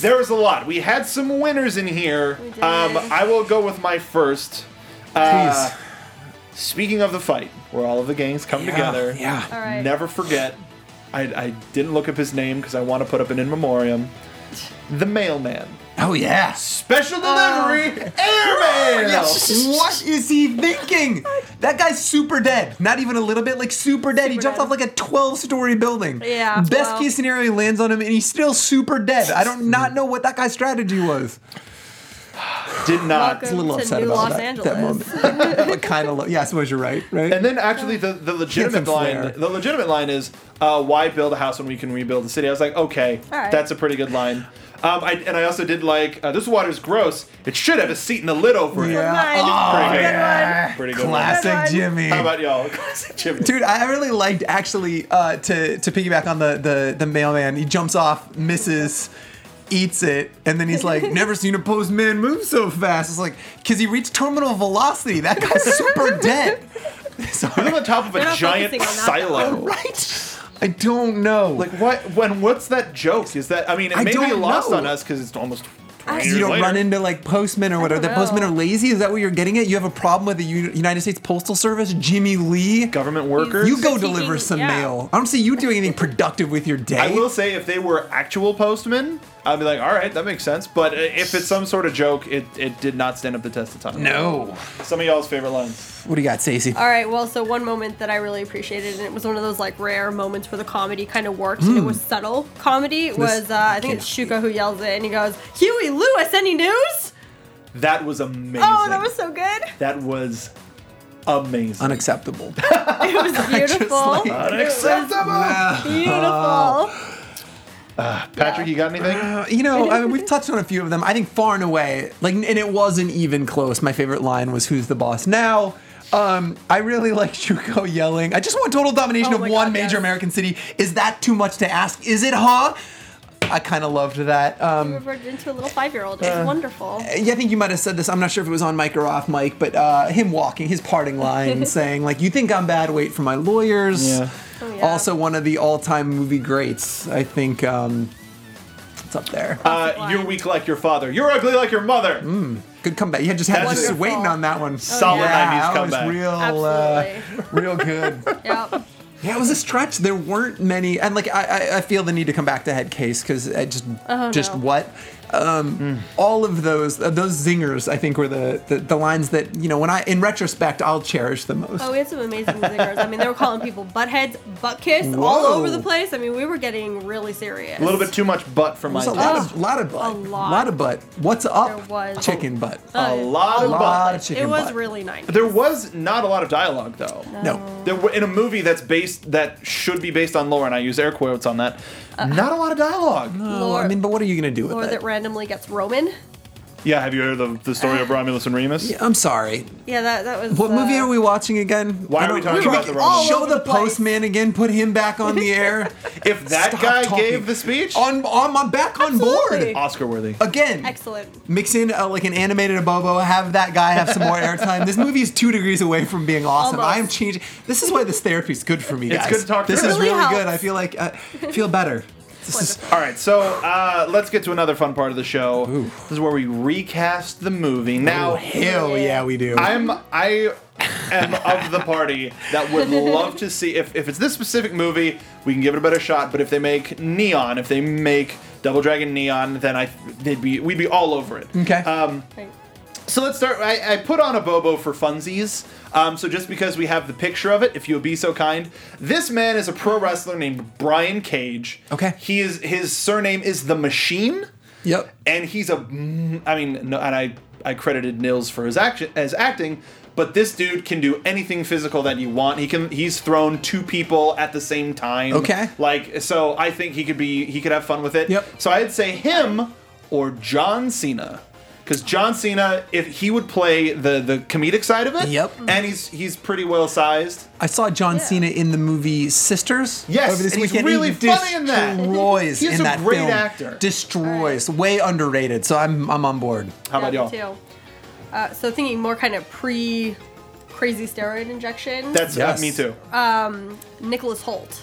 Speaker 1: There was a lot. We had some winners in here.
Speaker 3: did.
Speaker 1: Um, I will go with my first. Uh,
Speaker 4: Please.
Speaker 1: Speaking of the fight, where all of the gangs come together.
Speaker 4: Yeah.
Speaker 3: All right.
Speaker 1: Never forget. I, I didn't look up his name because I want to put up an in memoriam. The mailman.
Speaker 4: Oh yes.
Speaker 3: Oh.
Speaker 1: Special delivery airmail.
Speaker 4: What is he thinking? That guy's super dead. Not even a little bit, like super dead. he
Speaker 3: Super
Speaker 4: jumped
Speaker 3: dead.
Speaker 4: off like a 12 story building.
Speaker 3: Yeah,
Speaker 4: Best
Speaker 3: well-
Speaker 4: case scenario, he lands on him and he's still super dead. I don't not know what that guy's strategy was.
Speaker 1: Did not.
Speaker 4: A little
Speaker 3: To
Speaker 4: upset
Speaker 3: New
Speaker 4: about
Speaker 3: Los
Speaker 4: that, that
Speaker 3: Angeles.
Speaker 4: moment. but kind of, lo- yeah, I suppose you're right, right?
Speaker 1: And then actually the, the legitimate
Speaker 4: Handsome
Speaker 1: line
Speaker 4: flair.
Speaker 1: the legitimate line is uh, why build a house when we can rebuild the city. I was like, okay,
Speaker 3: All right.
Speaker 1: that's a pretty good line. Um, I, and I also did like uh, this water's gross. It should have a seat in the lid over it.
Speaker 4: Yeah.
Speaker 3: Mine.
Speaker 1: Pretty good.
Speaker 4: yeah.
Speaker 1: Pretty good.
Speaker 3: Good one.
Speaker 4: Classic Jimmy.
Speaker 1: One. How about y'all? Jimmy.
Speaker 4: Dude, I really liked actually uh, to to piggyback on the, the the mailman. He jumps off, misses, eats it, and then he's like, "Never seen a postman move so fast." It's like because he reached terminal velocity. That guy's super dead.
Speaker 1: He's on
Speaker 4: Sorry.
Speaker 1: the top of
Speaker 3: They're
Speaker 1: a
Speaker 3: not
Speaker 1: giant
Speaker 3: focusing on
Speaker 1: silo.
Speaker 3: that,
Speaker 4: Right? I don't know.
Speaker 1: Like what? When? What's that joke? Is that? I mean, it
Speaker 4: I
Speaker 1: may be
Speaker 4: don't
Speaker 1: lost
Speaker 4: know.
Speaker 1: on us because it's almost. 20
Speaker 4: you
Speaker 1: years
Speaker 4: don't
Speaker 1: later.
Speaker 4: run into like postmen or whatever. The
Speaker 3: don't
Speaker 4: postmen
Speaker 3: know.
Speaker 4: are lazy. Is that what you're getting at? You have a problem with the U- United States Postal Service, Jimmy Lee.
Speaker 1: government workers.
Speaker 4: You go
Speaker 3: Critiquing-
Speaker 4: deliver some
Speaker 3: yeah.
Speaker 4: mail. I don't see you doing anything productive with your day.
Speaker 1: I will say if they were actual postmen, I'd be like, all right, that makes sense. But uh, if it's some sort of joke, it, it did not stand up the test of time.
Speaker 4: No.
Speaker 1: Some of y'all's favorite lines.
Speaker 4: What do you got, Stacey?
Speaker 3: All right. Well, so one moment that I really appreciated, and it was one of those like rare moments where the comedy kind of worked
Speaker 4: Hmm.
Speaker 3: and it was subtle comedy. was uh, I think it's Shuka who yells it, and he goes, "Huey Lewis, any E news?"
Speaker 1: That was amazing.
Speaker 3: Oh, that was so good.
Speaker 1: That was amazing.
Speaker 4: Unacceptable.
Speaker 3: It was beautiful.
Speaker 4: like-
Speaker 1: Unacceptable.
Speaker 4: Uh,
Speaker 3: Beautiful.
Speaker 1: Patrick, you got anything?
Speaker 4: You know, I mean, we've touched on a few of them. I think far and away, like, and it wasn't even close. My favorite line was "Who's the boss now?" Um, I really like Shuko yelling. I just want total domination
Speaker 3: Oh
Speaker 4: of
Speaker 3: my
Speaker 4: one
Speaker 3: God,
Speaker 4: major
Speaker 3: yes.
Speaker 4: American city. Is that too much to ask? Is it, huh? I kind of loved that. Um,
Speaker 3: Reverted into a little five-year-old.
Speaker 4: uh,
Speaker 3: It was wonderful.
Speaker 4: yeah, I think you might have said this. I'm not sure if it was on mic or off mic, but uh, him walking, his parting line, saying like, "You think I'm bad? Wait for my lawyers."
Speaker 1: Yeah.
Speaker 3: Oh, yeah.
Speaker 4: Also, one of the all-time movie greats. I think um, it's up there.
Speaker 1: Uh, you're weak like your father. You're ugly like your mother.
Speaker 4: Mm. Good comeback. Yeah, just had
Speaker 1: That's
Speaker 4: just
Speaker 1: it.
Speaker 4: waiting on that one.
Speaker 1: Solid
Speaker 4: yeah,
Speaker 1: 90s
Speaker 4: that was
Speaker 1: comeback.
Speaker 4: real, uh,
Speaker 3: Oh, Absolutely.
Speaker 4: real good.
Speaker 3: Yep.
Speaker 4: yeah, it was a stretch. There weren't many, and like I, I, I feel the need to come back to head case because I just,
Speaker 3: Oh,
Speaker 4: just
Speaker 3: no.
Speaker 4: what. Um,
Speaker 1: Mm.
Speaker 4: All of those, uh, those zingers, I think, were the, the the lines that you know. When I, in retrospect, I'll cherish the most.
Speaker 3: Oh, we had some amazing zingers. I mean, they were calling people butt heads, butt kiss, all
Speaker 4: Whoa.
Speaker 3: over the place. I mean, we were getting really serious.
Speaker 1: A little bit too much butt for my
Speaker 4: There's a
Speaker 1: taste.
Speaker 4: lot of, lot of
Speaker 3: Oh, a
Speaker 4: butt,
Speaker 3: lot.
Speaker 4: of butt. What's up?
Speaker 3: There was. Oh,
Speaker 4: chicken butt.
Speaker 1: A lot of
Speaker 4: lot
Speaker 1: butt.
Speaker 4: of chicken
Speaker 3: It was
Speaker 4: butt.
Speaker 3: really nice.
Speaker 1: There was not a lot of dialogue though.
Speaker 4: no.
Speaker 1: There were, in a movie that's based that should be based on lore, and I use air quotes on that.
Speaker 4: Uh-uh.
Speaker 1: not a lot of dialogue.
Speaker 4: Oh, I mean, but what are you gonna do with
Speaker 3: Or
Speaker 4: it?
Speaker 3: that randomly gets Roman.
Speaker 1: Yeah, have you heard the, the story of Romulus and Remus?
Speaker 4: I'm sorry.
Speaker 3: Yeah, that, that was.
Speaker 4: What
Speaker 3: uh,
Speaker 4: movie are we watching again?
Speaker 1: Why
Speaker 4: I
Speaker 1: are we
Speaker 4: don't-
Speaker 1: talking about
Speaker 4: can
Speaker 1: the wrong
Speaker 3: movie? All
Speaker 4: Show
Speaker 3: over
Speaker 4: the
Speaker 3: the place.
Speaker 4: postman again. Put him back on the air.
Speaker 1: If that
Speaker 4: Stop
Speaker 1: guy
Speaker 4: talking.
Speaker 1: gave the speech,
Speaker 4: on on my back on
Speaker 3: Absolutely.
Speaker 4: board
Speaker 1: Oscar worthy.
Speaker 4: again.
Speaker 3: Excellent.
Speaker 4: Mix in uh, like an animated Abobo. Have that guy have some more airtime. This movie is two degrees away from being awesome.
Speaker 3: Almost.
Speaker 4: I am changing. This is why this therapy is good for me.
Speaker 1: It's
Speaker 4: guys.
Speaker 1: good to talk
Speaker 4: This
Speaker 1: through.
Speaker 4: is
Speaker 3: Really
Speaker 4: really good.
Speaker 3: helps.
Speaker 4: I feel like I feel better. This is
Speaker 1: All right, so uh, let's get to another fun part of the show. This is where we recast the movie. Now,
Speaker 4: Oh, hell yeah, we do.
Speaker 1: I'm I am of the party that would love to see if, if it's this specific movie, we can give it a better shot. But if they make Neon, if they make Double Dragon Neon, then I they'd be we'd be all over it.
Speaker 4: okay.
Speaker 1: Um,
Speaker 3: Right.
Speaker 1: So let's start. I, I put on a Bobo for funsies. Um, so just because we have the picture of it, if you would be so kind, this man is a pro wrestler named Brian Cage.
Speaker 4: Okay.
Speaker 1: He is his surname is the Machine,
Speaker 4: Yep.
Speaker 1: and he's a. mm, I mean, no, and I I credited Nils for his action as acting, but this dude can do anything physical that you want. He can. He's thrown two people at the same time.
Speaker 4: Okay.
Speaker 1: Like so, I think he could be. He could have fun with it.
Speaker 4: Yep.
Speaker 1: So I'd say him or John Cena. Because John Cena, if he would play the the comedic side of it,
Speaker 4: Yep.
Speaker 1: and he's he's pretty well sized.
Speaker 4: I saw John
Speaker 3: Yeah.
Speaker 4: Cena in the movie Sisters.
Speaker 1: Yes,
Speaker 4: over this
Speaker 1: and he's
Speaker 4: weekend.
Speaker 1: really
Speaker 4: he
Speaker 1: funny in that.
Speaker 4: Destroys
Speaker 1: He's
Speaker 4: in
Speaker 1: a
Speaker 4: that
Speaker 1: great
Speaker 4: film.
Speaker 1: actor.
Speaker 4: Destroys. Way underrated. So I'm I'm on board.
Speaker 1: How about
Speaker 3: Yeah,
Speaker 1: y'all?
Speaker 3: me too. Uh, so thinking more kind of pre crazy steroid injection.
Speaker 1: That's
Speaker 4: Yes.
Speaker 1: uh, me too.
Speaker 3: Nicholas Holt.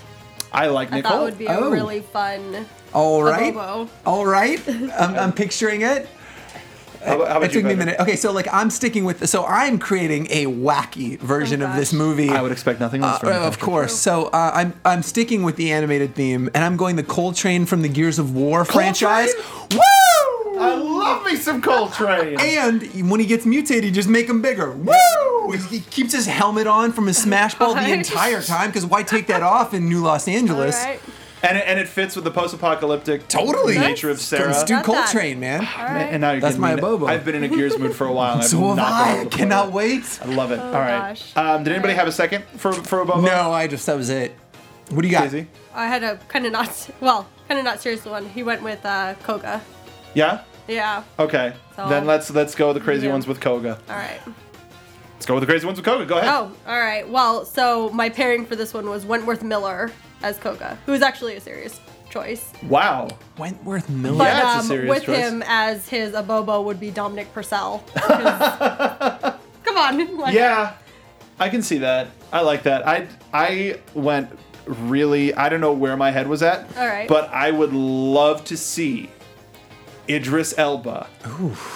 Speaker 1: I like
Speaker 3: I
Speaker 1: Nicole.
Speaker 3: thought would be
Speaker 4: Oh.
Speaker 3: a really fun.
Speaker 4: All right.
Speaker 3: Bobo.
Speaker 4: All right. I'm, I'm picturing it.
Speaker 1: how about, how about
Speaker 4: it took
Speaker 1: you,
Speaker 4: me a
Speaker 1: Bobby?
Speaker 4: minute. Okay, so like I'm sticking with. So I'm creating a wacky version of this
Speaker 3: Oh, gosh.
Speaker 4: movie.
Speaker 1: I would expect nothing
Speaker 4: Uh,
Speaker 1: less from you,
Speaker 4: of
Speaker 1: Patrick.
Speaker 4: course. So uh, I'm I'm sticking with the animated theme, and I'm going the Coltrane from the Gears of War franchise. Woo!
Speaker 1: I love me some Coltrane.
Speaker 4: And when he gets mutated, you just make him bigger. Woo! He keeps his helmet on from his smash ball the
Speaker 3: Alright.
Speaker 4: entire time because why take that off in New Los
Speaker 3: All
Speaker 4: Angeles?
Speaker 3: right.
Speaker 1: and it, and it fits with the post-apocalyptic
Speaker 4: Totally.
Speaker 1: nature of
Speaker 3: Nice.
Speaker 1: Sarah.
Speaker 4: Let's do
Speaker 3: Got that.
Speaker 4: Coltrane, man.
Speaker 3: All right.
Speaker 1: And now you're
Speaker 4: That's
Speaker 1: getting
Speaker 4: my
Speaker 1: me-
Speaker 4: Bobo.
Speaker 1: I've been in a Gears mood for a while. and
Speaker 4: So
Speaker 1: I've
Speaker 4: have
Speaker 1: not been
Speaker 4: I.
Speaker 1: able to play
Speaker 4: Cannot
Speaker 1: it.
Speaker 4: wait.
Speaker 1: I love it. All right.
Speaker 3: Oh, gosh.
Speaker 1: Um, did anybody
Speaker 3: All right.
Speaker 1: have a second for for a Bobo?
Speaker 4: No, I just that was it. What do you got?
Speaker 1: Daisy?
Speaker 3: I had a kind of not well, kind of not serious one. He went with uh, Koga.
Speaker 1: Yeah.
Speaker 3: Yeah.
Speaker 1: Okay.
Speaker 3: So-
Speaker 1: then let's let's go with the crazy
Speaker 3: Yeah.
Speaker 1: ones with Koga.
Speaker 3: All right.
Speaker 1: Let's go with the crazy ones with Koga. Go ahead.
Speaker 3: Oh, all right. Well, so my pairing for this one was Wentworth Miller as Koga, who is actually a serious choice.
Speaker 1: Wow.
Speaker 4: Wentworth Miller.
Speaker 3: But
Speaker 1: Yeah, it's a
Speaker 3: um,
Speaker 1: serious
Speaker 3: with
Speaker 1: choice.
Speaker 3: him as his abobo would be Dominic Purcell. 'Cause- come on. like-
Speaker 1: Yeah. I can see that. I like that. I I went really. I don't know where my head was at.
Speaker 3: All right.
Speaker 1: But I would love to see Idris Elba.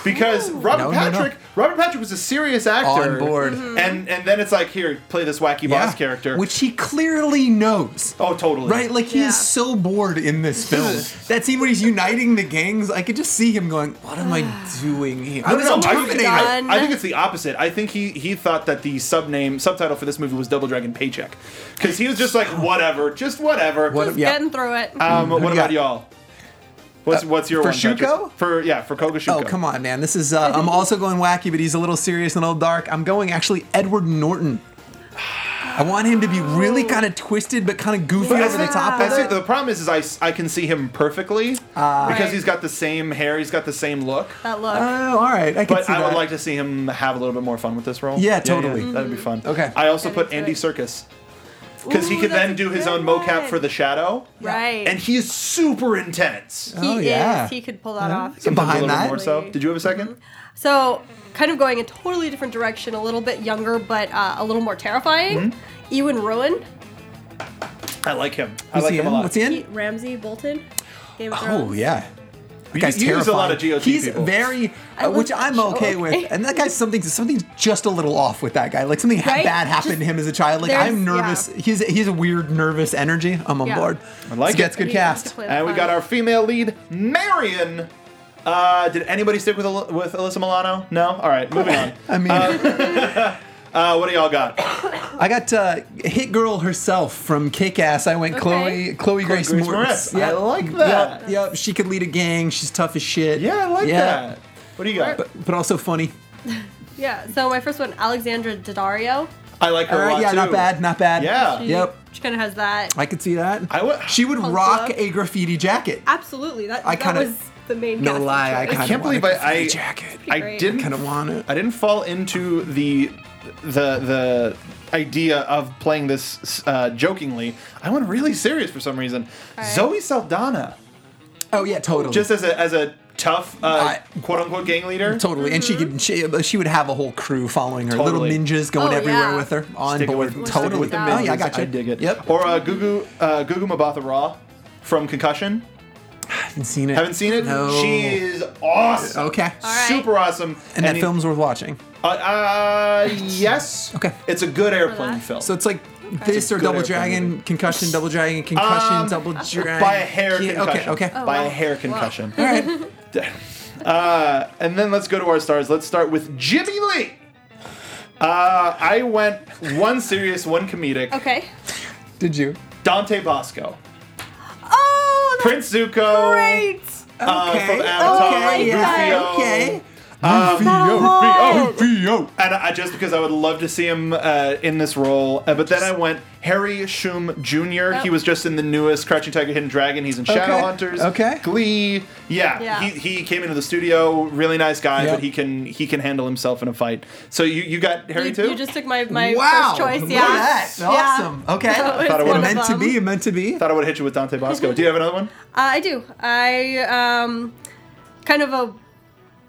Speaker 1: Because Robert
Speaker 4: No, no, no.
Speaker 1: Patrick. Robert Patrick was a serious actor.
Speaker 4: On board.
Speaker 3: Mm-hmm.
Speaker 1: And and then it's like here, play this wacky
Speaker 4: Yeah.
Speaker 1: boss character.
Speaker 4: Which he clearly knows.
Speaker 1: oh totally.
Speaker 4: Right? Like he
Speaker 3: Yeah.
Speaker 4: is so bored in this film. that scene where he's uniting the gangs, I could just see him going, What am I doing here? I
Speaker 1: No,
Speaker 4: was
Speaker 1: no,
Speaker 4: a
Speaker 1: no, I think-
Speaker 4: Terminator.
Speaker 1: I,
Speaker 3: Done.
Speaker 1: I think it's the opposite. I think he he thought that the sub name subtitle for this movie was Double Dragon Paycheck, because he was just like whatever, just whatever.
Speaker 4: Oh. What-
Speaker 3: Just
Speaker 4: yeah. Uh,
Speaker 3: getting through it.
Speaker 1: um, what
Speaker 4: do you
Speaker 1: about
Speaker 4: got? Uh,
Speaker 1: y'all? What's what's your
Speaker 4: for
Speaker 1: one, Patrick?
Speaker 4: Shuko?
Speaker 1: For yeah, for Koga Shuko.
Speaker 4: Oh, come on, man. This is uh, I'm also going wacky, but he's a little serious and a little dark. I'm going actually Edward Norton. I want him to be really kind of twisted but kind of goofy
Speaker 1: But
Speaker 4: over the top
Speaker 1: that's
Speaker 4: of
Speaker 1: it.
Speaker 4: it. Uh,
Speaker 1: The problem is, is I, s- I can see him perfectly because
Speaker 3: Right.
Speaker 1: he's got the same hair, he's got the same look.
Speaker 3: that look.
Speaker 4: Oh, all right. I can
Speaker 1: But
Speaker 4: see
Speaker 1: I would
Speaker 4: that.
Speaker 1: like to see him have a little bit more fun with this role.
Speaker 4: Yeah, totally.
Speaker 1: That'd be fun.
Speaker 4: Okay.
Speaker 1: I also
Speaker 3: Get
Speaker 1: put
Speaker 3: into
Speaker 1: Andy
Speaker 3: it.
Speaker 1: Circus because he
Speaker 3: Ooh,
Speaker 1: could
Speaker 3: that's
Speaker 1: then
Speaker 3: a
Speaker 1: do his
Speaker 3: good
Speaker 1: own mocap
Speaker 3: one.
Speaker 1: for the shadow.
Speaker 3: Right.
Speaker 1: And he's super intense.
Speaker 3: he
Speaker 4: Oh, yeah. Uh-huh.
Speaker 3: is. He could pull that off.
Speaker 4: Some- Behind
Speaker 1: a little
Speaker 4: that?
Speaker 1: more so. Did you have a 2nd
Speaker 3: Mm-hmm. So, kind of going a totally different direction, a little bit younger, but uh, a little more terrifying.
Speaker 4: Mm-hmm.
Speaker 3: Ewan Rowan,
Speaker 1: I like him. I
Speaker 4: Who's
Speaker 1: like
Speaker 4: he
Speaker 1: him a
Speaker 4: in?
Speaker 1: lot.
Speaker 4: What's he in?
Speaker 3: Pete Ramsey Bolton. Game of
Speaker 4: Oh
Speaker 3: Thrones.
Speaker 4: yeah. That
Speaker 1: You-
Speaker 4: guy's
Speaker 1: you use a lot
Speaker 4: terrifying.
Speaker 1: of GOT
Speaker 4: He's
Speaker 1: people.
Speaker 4: very,
Speaker 3: I
Speaker 4: uh, which
Speaker 3: love that
Speaker 4: I'm
Speaker 3: show,
Speaker 4: okay with.
Speaker 3: okay.
Speaker 4: And that guy's something, something's just a little off with that guy. Like something ha-
Speaker 3: Right?
Speaker 4: bad happened
Speaker 3: Just-
Speaker 4: to him as a child. Like I'm
Speaker 3: there's-
Speaker 4: nervous.
Speaker 3: yeah.
Speaker 4: He's he's a weird nervous energy. I'm on
Speaker 3: Yeah.
Speaker 4: board.
Speaker 1: I like
Speaker 4: so
Speaker 1: it.
Speaker 4: That's good
Speaker 3: He needs
Speaker 4: cast.
Speaker 3: to play the
Speaker 1: And we
Speaker 3: clown.
Speaker 1: got our female lead, Marion. Uh, did anybody stick with Aly- with Alyssa Milano? No. All right, moving on.
Speaker 4: I mean,
Speaker 1: Uh, what do y'all got?
Speaker 4: I got uh, Hit Girl herself from Kick Ass. I went
Speaker 3: Okay.
Speaker 4: Chloe, Chloe Grace,
Speaker 1: Grace
Speaker 4: Moretz.
Speaker 1: Moretz. I like that.
Speaker 4: Yep, yep. She could lead a gang. She's tough as shit.
Speaker 1: Yeah, I like
Speaker 4: Yeah.
Speaker 1: that. What do you got?
Speaker 4: But, but also funny.
Speaker 3: Yeah. So my first one, Alexandra Daddario.
Speaker 1: I like her
Speaker 4: All
Speaker 1: a
Speaker 4: right,
Speaker 1: lot
Speaker 4: Uh, yeah,
Speaker 1: too.
Speaker 4: not bad, not bad.
Speaker 1: Yeah.
Speaker 3: She-
Speaker 4: Mm-hmm. Yep.
Speaker 3: She kind of has that.
Speaker 4: I could see that.
Speaker 1: I would.
Speaker 4: she would
Speaker 3: Hulk
Speaker 4: rock
Speaker 3: up.
Speaker 4: a graffiti jacket.
Speaker 3: Absolutely. That,
Speaker 4: I
Speaker 3: that
Speaker 4: kinda-
Speaker 3: was the main.
Speaker 4: No
Speaker 3: casting
Speaker 4: lie, I
Speaker 3: choice.
Speaker 4: kinda
Speaker 1: can't believe
Speaker 4: want a
Speaker 1: I- I-
Speaker 4: graffiti jacket.
Speaker 1: I
Speaker 3: Great.
Speaker 1: didn't.
Speaker 4: kind of want it.
Speaker 1: I didn't fall into the the the idea of playing this uh, jokingly. I went really serious for some reason.
Speaker 3: right.
Speaker 1: Zoe Saldana,
Speaker 4: Oh yeah, totally.
Speaker 1: just as a as a tough uh,
Speaker 4: I-
Speaker 1: quote unquote gang leader.
Speaker 4: totally. And she could she, she would have a whole crew following her.
Speaker 1: Totally.
Speaker 4: Little ninjas going
Speaker 3: Oh,
Speaker 4: everywhere
Speaker 3: yeah.
Speaker 4: with her. On
Speaker 1: Stick it
Speaker 4: board.
Speaker 1: with, stick it
Speaker 4: totally.
Speaker 1: with the
Speaker 3: Oh,
Speaker 1: mid.
Speaker 4: yeah, I got you.
Speaker 1: I dig it.
Speaker 4: Yep.
Speaker 1: Or uh, Gugu uh, Gugu Mbatha Raw from Concussion.
Speaker 4: haven't seen it.
Speaker 1: Haven't seen it.
Speaker 4: No.
Speaker 1: She is awesome.
Speaker 4: Okay.
Speaker 3: All right.
Speaker 1: Super awesome.
Speaker 4: And that
Speaker 1: he-
Speaker 4: film's worth watching.
Speaker 1: Uh, uh, yes.
Speaker 4: Okay.
Speaker 1: It's a good airplane
Speaker 3: that.
Speaker 1: film.
Speaker 4: So it's like this or
Speaker 1: It's a good
Speaker 4: Double
Speaker 1: airplane
Speaker 4: Dragon,
Speaker 1: movie.
Speaker 4: Concussion, Double Dragon, Concussion,
Speaker 1: Um,
Speaker 4: Double Dragon.
Speaker 1: by a hair
Speaker 4: Yeah,
Speaker 1: concussion.
Speaker 4: Okay, okay.
Speaker 1: By
Speaker 3: Oh, wow.
Speaker 1: a hair
Speaker 3: Wow.
Speaker 1: concussion.
Speaker 4: All right.
Speaker 1: Uh, and then let's go to our stars. Let's start with Jimmy Lee. Uh, I went one serious, one comedic.
Speaker 3: Okay.
Speaker 7: Did you?
Speaker 1: Dante Bosco,
Speaker 3: Oh, that's
Speaker 1: Prince Zuko,
Speaker 3: great.
Speaker 1: uh, from
Speaker 3: okay,
Speaker 1: Avatar,
Speaker 3: yeah,
Speaker 1: Rufio.
Speaker 4: okay.
Speaker 3: Oh.
Speaker 1: Rufio.
Speaker 7: Rufio.
Speaker 1: And I just because I would love to see him uh, in this role, uh, but then I went Harry Shum Jr. He
Speaker 3: Oh.
Speaker 1: was just in the newest Crouching Tiger, Hidden Dragon. He's in Shadowhunters.
Speaker 7: Okay.
Speaker 1: Glee. Yeah.
Speaker 3: Yeah.
Speaker 1: He, he came into the studio, really nice guy,
Speaker 7: Yep.
Speaker 1: but he can he can handle himself in a fight. So you you got Harry
Speaker 3: You,
Speaker 1: too.
Speaker 3: you just took my, my
Speaker 4: wow.
Speaker 3: first choice.
Speaker 4: Look
Speaker 3: Yeah.
Speaker 4: at that.
Speaker 3: Yeah.
Speaker 4: Awesome. Okay.
Speaker 3: That was
Speaker 1: Thought it
Speaker 3: one
Speaker 1: would've-
Speaker 3: of
Speaker 4: meant to
Speaker 3: them.
Speaker 4: be. Meant to be.
Speaker 1: Thought I would hit you with Dante Bosco. Do you have another one?
Speaker 3: Uh, I do. I um, kind of a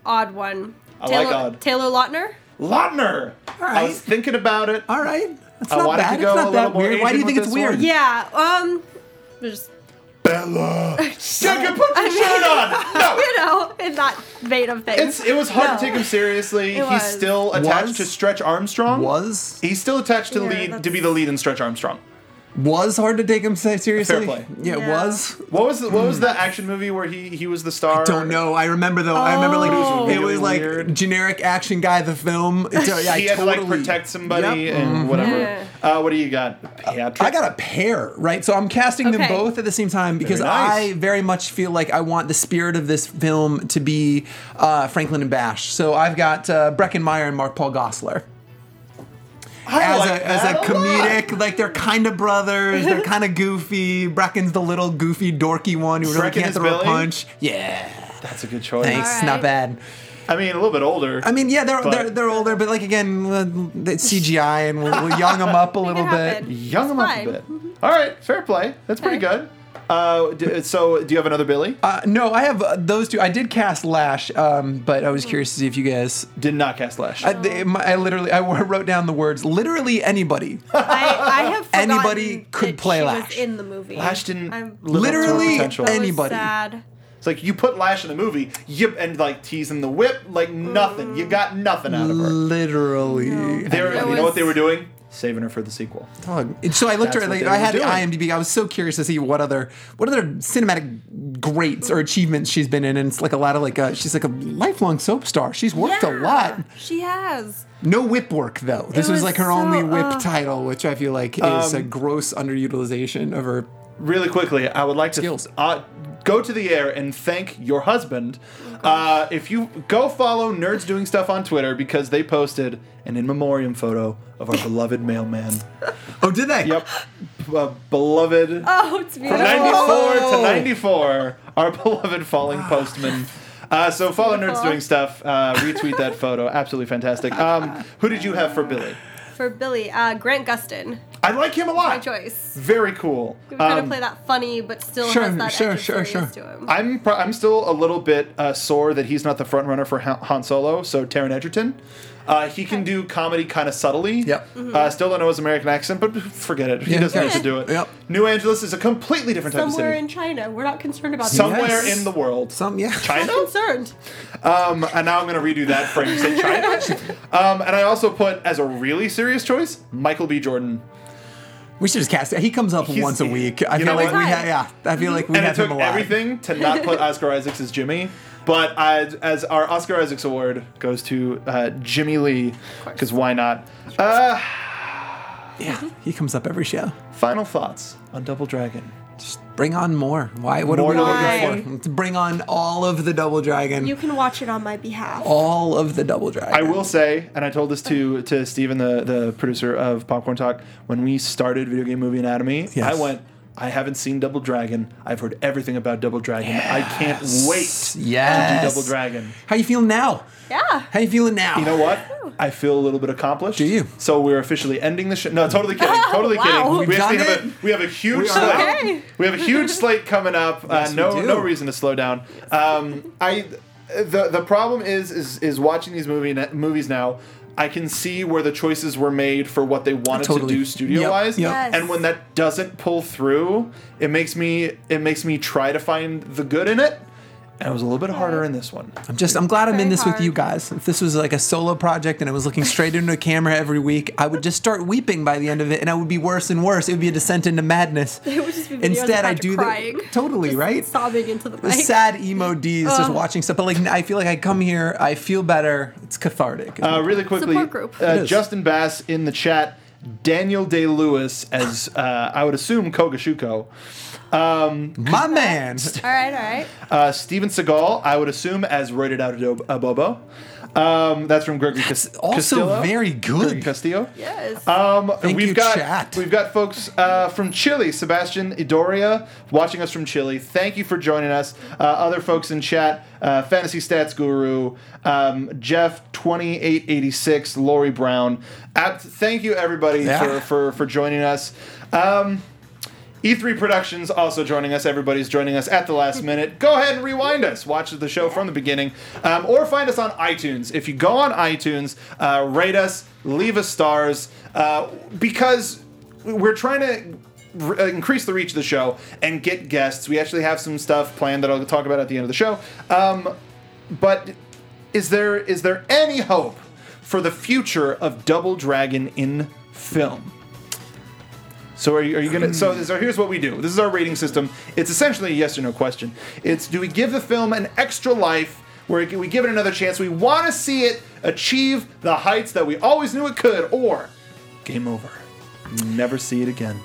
Speaker 3: odd one.
Speaker 1: I
Speaker 3: Taylor,
Speaker 1: like odd.
Speaker 3: Taylor Lautner.
Speaker 1: Lautner. I
Speaker 4: right.
Speaker 1: was thinking about it.
Speaker 4: All right. That's
Speaker 1: I
Speaker 4: not
Speaker 1: wanted to
Speaker 4: bad.
Speaker 1: go
Speaker 4: it's
Speaker 1: a
Speaker 4: not that
Speaker 1: little more
Speaker 4: weird. Why do you
Speaker 1: Asian
Speaker 4: think
Speaker 1: with
Speaker 4: it's
Speaker 1: this one.
Speaker 4: weird?
Speaker 3: Yeah. Um, just
Speaker 1: Bella. Jacob, put your shirt on. No.
Speaker 3: you know, in that vein of things.
Speaker 1: It's, it was hard to
Speaker 3: No.
Speaker 1: take him seriously.
Speaker 3: It
Speaker 1: He's
Speaker 3: was.
Speaker 1: still attached
Speaker 4: Was?
Speaker 1: to Stretch Armstrong.
Speaker 4: Was
Speaker 1: He's still attached to
Speaker 3: Yeah,
Speaker 1: lead to
Speaker 3: that's-
Speaker 1: be the lead in Stretch Armstrong.
Speaker 4: was hard to take him se- seriously.
Speaker 1: play.
Speaker 4: Yeah, it
Speaker 3: Yeah.
Speaker 4: was.
Speaker 1: What was the, what was the action movie where he he was the star?
Speaker 4: Don't know. Hmm. I remember though. I remember like
Speaker 3: Oh.
Speaker 4: it was like
Speaker 1: Really weird.
Speaker 4: generic action guy. The film. It- I
Speaker 1: He had to like
Speaker 4: totally-
Speaker 1: protect somebody
Speaker 4: Yep. Mm-hmm.
Speaker 1: and whatever.
Speaker 3: Yeah.
Speaker 1: Uh, what do you got? Patrick?
Speaker 7: I
Speaker 4: I got a pair, right? So I'm casting them
Speaker 3: Okay.
Speaker 4: both at the same time because
Speaker 1: nice.
Speaker 4: I very much feel like I want the spirit of this film to be uh, Franklin and Bash. So I've got uh, Breckenmeyer and Mark Paul Gosselaar
Speaker 1: I
Speaker 4: as
Speaker 1: like
Speaker 4: a as a
Speaker 1: that lot.
Speaker 4: comedic, like they're kind of brothers. They're kind of goofy. Brecken's the little goofy, dorky one who really
Speaker 1: Brecken
Speaker 4: can't
Speaker 1: is
Speaker 4: throw a
Speaker 1: Billy?
Speaker 4: punch. Yeah,
Speaker 1: That's a good choice.
Speaker 4: thanks,
Speaker 3: All
Speaker 4: not
Speaker 3: right.
Speaker 4: bad.
Speaker 1: I mean, a little bit older.
Speaker 4: I mean, yeah, they're
Speaker 1: But-
Speaker 4: they're, they're older, but like again, uh, it's CGI, and we'll, we'll young them up a
Speaker 3: It
Speaker 4: little
Speaker 3: could
Speaker 4: bit.
Speaker 3: happen.
Speaker 1: young him up a
Speaker 3: fine. Mm-hmm.
Speaker 1: bit. All right, fair play. That's pretty
Speaker 3: Okay.
Speaker 1: good. Uh, d- so, do you have another Billy?
Speaker 4: Uh, no, I have uh, those two. I did cast Lash, um, but I was
Speaker 3: Mm.
Speaker 4: curious to see if you guys.
Speaker 1: Did not cast Lash.
Speaker 4: I, they, my, I literally, I wrote down the words. Literally anybody.
Speaker 3: I, I have forgotten
Speaker 4: Anybody
Speaker 3: that
Speaker 4: could play
Speaker 3: she
Speaker 4: Lash.
Speaker 3: Was in the movie.
Speaker 1: Lash didn't
Speaker 3: I'm-
Speaker 1: live up to her
Speaker 4: Literally
Speaker 1: potential.
Speaker 3: That was
Speaker 4: anybody.
Speaker 3: Sad.
Speaker 1: It's like you put Lash in the movie, yep, and like teasing the whip, like nothing. You got nothing out of her.
Speaker 4: literally.
Speaker 1: They were,
Speaker 3: That
Speaker 1: you know what
Speaker 3: was-
Speaker 1: they were doing? Saving her for the sequel.
Speaker 4: Dog. So I looked
Speaker 1: That's
Speaker 4: at
Speaker 1: what
Speaker 4: like,
Speaker 1: they
Speaker 4: I
Speaker 1: were
Speaker 4: had
Speaker 1: doing.
Speaker 4: IMDb. I was so curious to see what other what other cinematic greats or achievements she's been in, and it's like a lot of like uh she's like a lifelong soap star. She's worked a
Speaker 3: Yeah,
Speaker 4: lot.
Speaker 3: She has.
Speaker 4: No whip work though. This
Speaker 3: was
Speaker 4: was, like her
Speaker 3: so,
Speaker 4: only whip
Speaker 3: uh,
Speaker 4: title, which I feel like is
Speaker 1: Um,
Speaker 4: a gross underutilization of her.
Speaker 1: Really quickly, I would like to
Speaker 4: Skills.
Speaker 1: uh, go to the air and thank your husband.
Speaker 3: Oh
Speaker 1: uh, if you go follow Nerds Doing Stuff on Twitter because they posted an in memoriam photo of our beloved mailman.
Speaker 4: Oh, did they?
Speaker 1: Yep, uh, beloved.
Speaker 3: Oh, it's beautiful.
Speaker 1: 94 to 94, our beloved falling postman. Uh, so follow Nerds
Speaker 3: Ah. Beautiful.
Speaker 1: Doing Stuff, uh, retweet that photo. Absolutely fantastic. Um, who did you have for Billy?
Speaker 3: For Billy, uh, Grant Gustin.
Speaker 1: I like him a lot.
Speaker 3: My choice.
Speaker 1: Very cool.
Speaker 3: We kind
Speaker 1: Um,
Speaker 3: of play that funny, but still
Speaker 4: sure,
Speaker 3: has that
Speaker 4: sure,
Speaker 3: edge of
Speaker 4: sure,
Speaker 3: silliness
Speaker 4: sure.
Speaker 3: to him.
Speaker 1: I'm pro- I'm still a little bit uh, sore that he's not the front runner for Han Han Solo. So Taron Egerton, uh, he can do comedy kind of subtly.
Speaker 4: Yep.
Speaker 3: Mm-hmm.
Speaker 1: Uh, still don't know his American accent, but forget it. He
Speaker 4: Yeah.
Speaker 1: doesn't
Speaker 4: Yeah.
Speaker 1: need to do it.
Speaker 4: Yep.
Speaker 1: New Angeles is a completely different type
Speaker 3: Somewhere
Speaker 1: of
Speaker 3: in
Speaker 1: city.
Speaker 3: China. We're not concerned about
Speaker 1: Somewhere
Speaker 4: Yes.
Speaker 1: in the world.
Speaker 4: Some yeah.
Speaker 3: that.
Speaker 1: China.
Speaker 3: Not concerned.
Speaker 1: Um, and now I'm going to redo that frame. Say China. um, and I also put as a really serious choice Michael B. Jordan.
Speaker 4: We should just cast it. He comes up
Speaker 1: He's-
Speaker 4: once a week. I
Speaker 1: you
Speaker 4: feel
Speaker 1: know
Speaker 4: like
Speaker 1: what?
Speaker 4: we have yeah. I feel like we
Speaker 1: and it
Speaker 4: have
Speaker 1: took
Speaker 4: him a lot.
Speaker 1: everything to not put Oscar Isaacs as Jimmy. But I, as our Oscar Isaacs award goes to uh, Jimmy Lee, because why not? Uh,
Speaker 4: Yeah, he comes up every show.
Speaker 1: final thoughts on Double Dragon.
Speaker 4: Just bring on more. Why? What
Speaker 1: More
Speaker 4: are we
Speaker 1: Double
Speaker 4: looking for?
Speaker 3: Dragon.
Speaker 4: Let's bring on all of the Double Dragon.
Speaker 3: You can watch it on my behalf.
Speaker 4: all of the Double Dragon.
Speaker 1: I will say, and I told this to to Steven, the the producer of Popcorn Talk, when we started Video Game Movie Anatomy.
Speaker 4: Yes.
Speaker 1: I went. I haven't seen Double Dragon. I've heard everything about Double Dragon. I can't wait
Speaker 4: Yes.
Speaker 1: to do Double Dragon.
Speaker 4: How you feeling now?
Speaker 3: Yeah.
Speaker 4: How you feeling now?
Speaker 1: You know what? I feel a little bit accomplished.
Speaker 4: Do you?
Speaker 1: So we're officially ending the show. No, totally kidding. Totally
Speaker 3: Wow.
Speaker 1: kidding.
Speaker 4: We've
Speaker 1: we actually
Speaker 4: done
Speaker 1: have a
Speaker 4: it.
Speaker 1: we have a huge
Speaker 4: We are
Speaker 1: slate.
Speaker 4: out.
Speaker 3: Okay.
Speaker 1: We have a huge slate coming up. uh,
Speaker 4: Yes, we
Speaker 1: no
Speaker 4: do.
Speaker 1: no reason to slow down. Um, I the the problem is is is watching these movie ne- movies now. I can see where the choices were made for what they wanted
Speaker 4: Totally.
Speaker 1: to do studio wise,
Speaker 4: Yep,
Speaker 3: yep.
Speaker 1: and when that doesn't pull through, it makes me it makes me try to find the good in it, and it was a little bit harder in this one.
Speaker 4: I'm just I'm glad I'm
Speaker 3: Very
Speaker 4: in this with you
Speaker 3: hard.
Speaker 4: guys. If this was like a solo project and I was looking straight into a camera every week, I would just start weeping by the end of it, and I would be worse and worse. It would be a descent into madness.
Speaker 3: It would just be videos of
Speaker 4: Instead, I
Speaker 3: Patrick
Speaker 4: do
Speaker 3: crying.
Speaker 4: that totally right.
Speaker 3: sobbing into the
Speaker 4: The
Speaker 3: mic.
Speaker 4: sad e- emo D's just
Speaker 3: Ugh.
Speaker 4: watching stuff, but like I feel like I come here, I feel better. It's cathartic.
Speaker 1: Uh, really quickly,
Speaker 3: Support group.
Speaker 1: Uh,
Speaker 4: It is.
Speaker 1: Justin Bass in the chat, Daniel Day Lewis as uh, I would assume Kogashuko,
Speaker 4: My man,
Speaker 3: All right, all right.
Speaker 1: uh, Steven Seagal I would assume as roided out Adob- Abobo. Um, that's from Gregory Cas-
Speaker 4: also
Speaker 1: Castillo.
Speaker 4: very good.
Speaker 1: Gregory Castillo.
Speaker 3: Yes.
Speaker 4: Uh,
Speaker 1: Um, we've
Speaker 4: you,
Speaker 1: got
Speaker 4: chat.
Speaker 1: we've got folks uh, from Chile, Sebastian Idoria, watching us from Chile. Thank you for joining us. Uh, other folks in chat, uh, Fantasy Stats Guru, um, Jeff twenty eight eighty six, Lori Brown. At, thank you everybody
Speaker 4: Yeah.
Speaker 1: for, for for joining us. Um, E3 Productions also joining us. Everybody's joining us at the last minute. Go ahead and rewind us. Watch the show from the beginning. Um, or find us on iTunes. If you go on iTunes, uh, rate us, leave us stars, uh, because we're trying to r- uh, increase the reach of the show and get guests. We actually have some stuff planned that I'll talk about at the end of the show. Um, but is there is there any hope for the future of Double Dragon in film? So are you, are you gonna? So, so here's what we do. This is our rating system. It's essentially a yes or no question. It's do we give the film an extra life where it- we give it another chance? We want to see it achieve the heights that we always knew it could, or game over. Never see it again.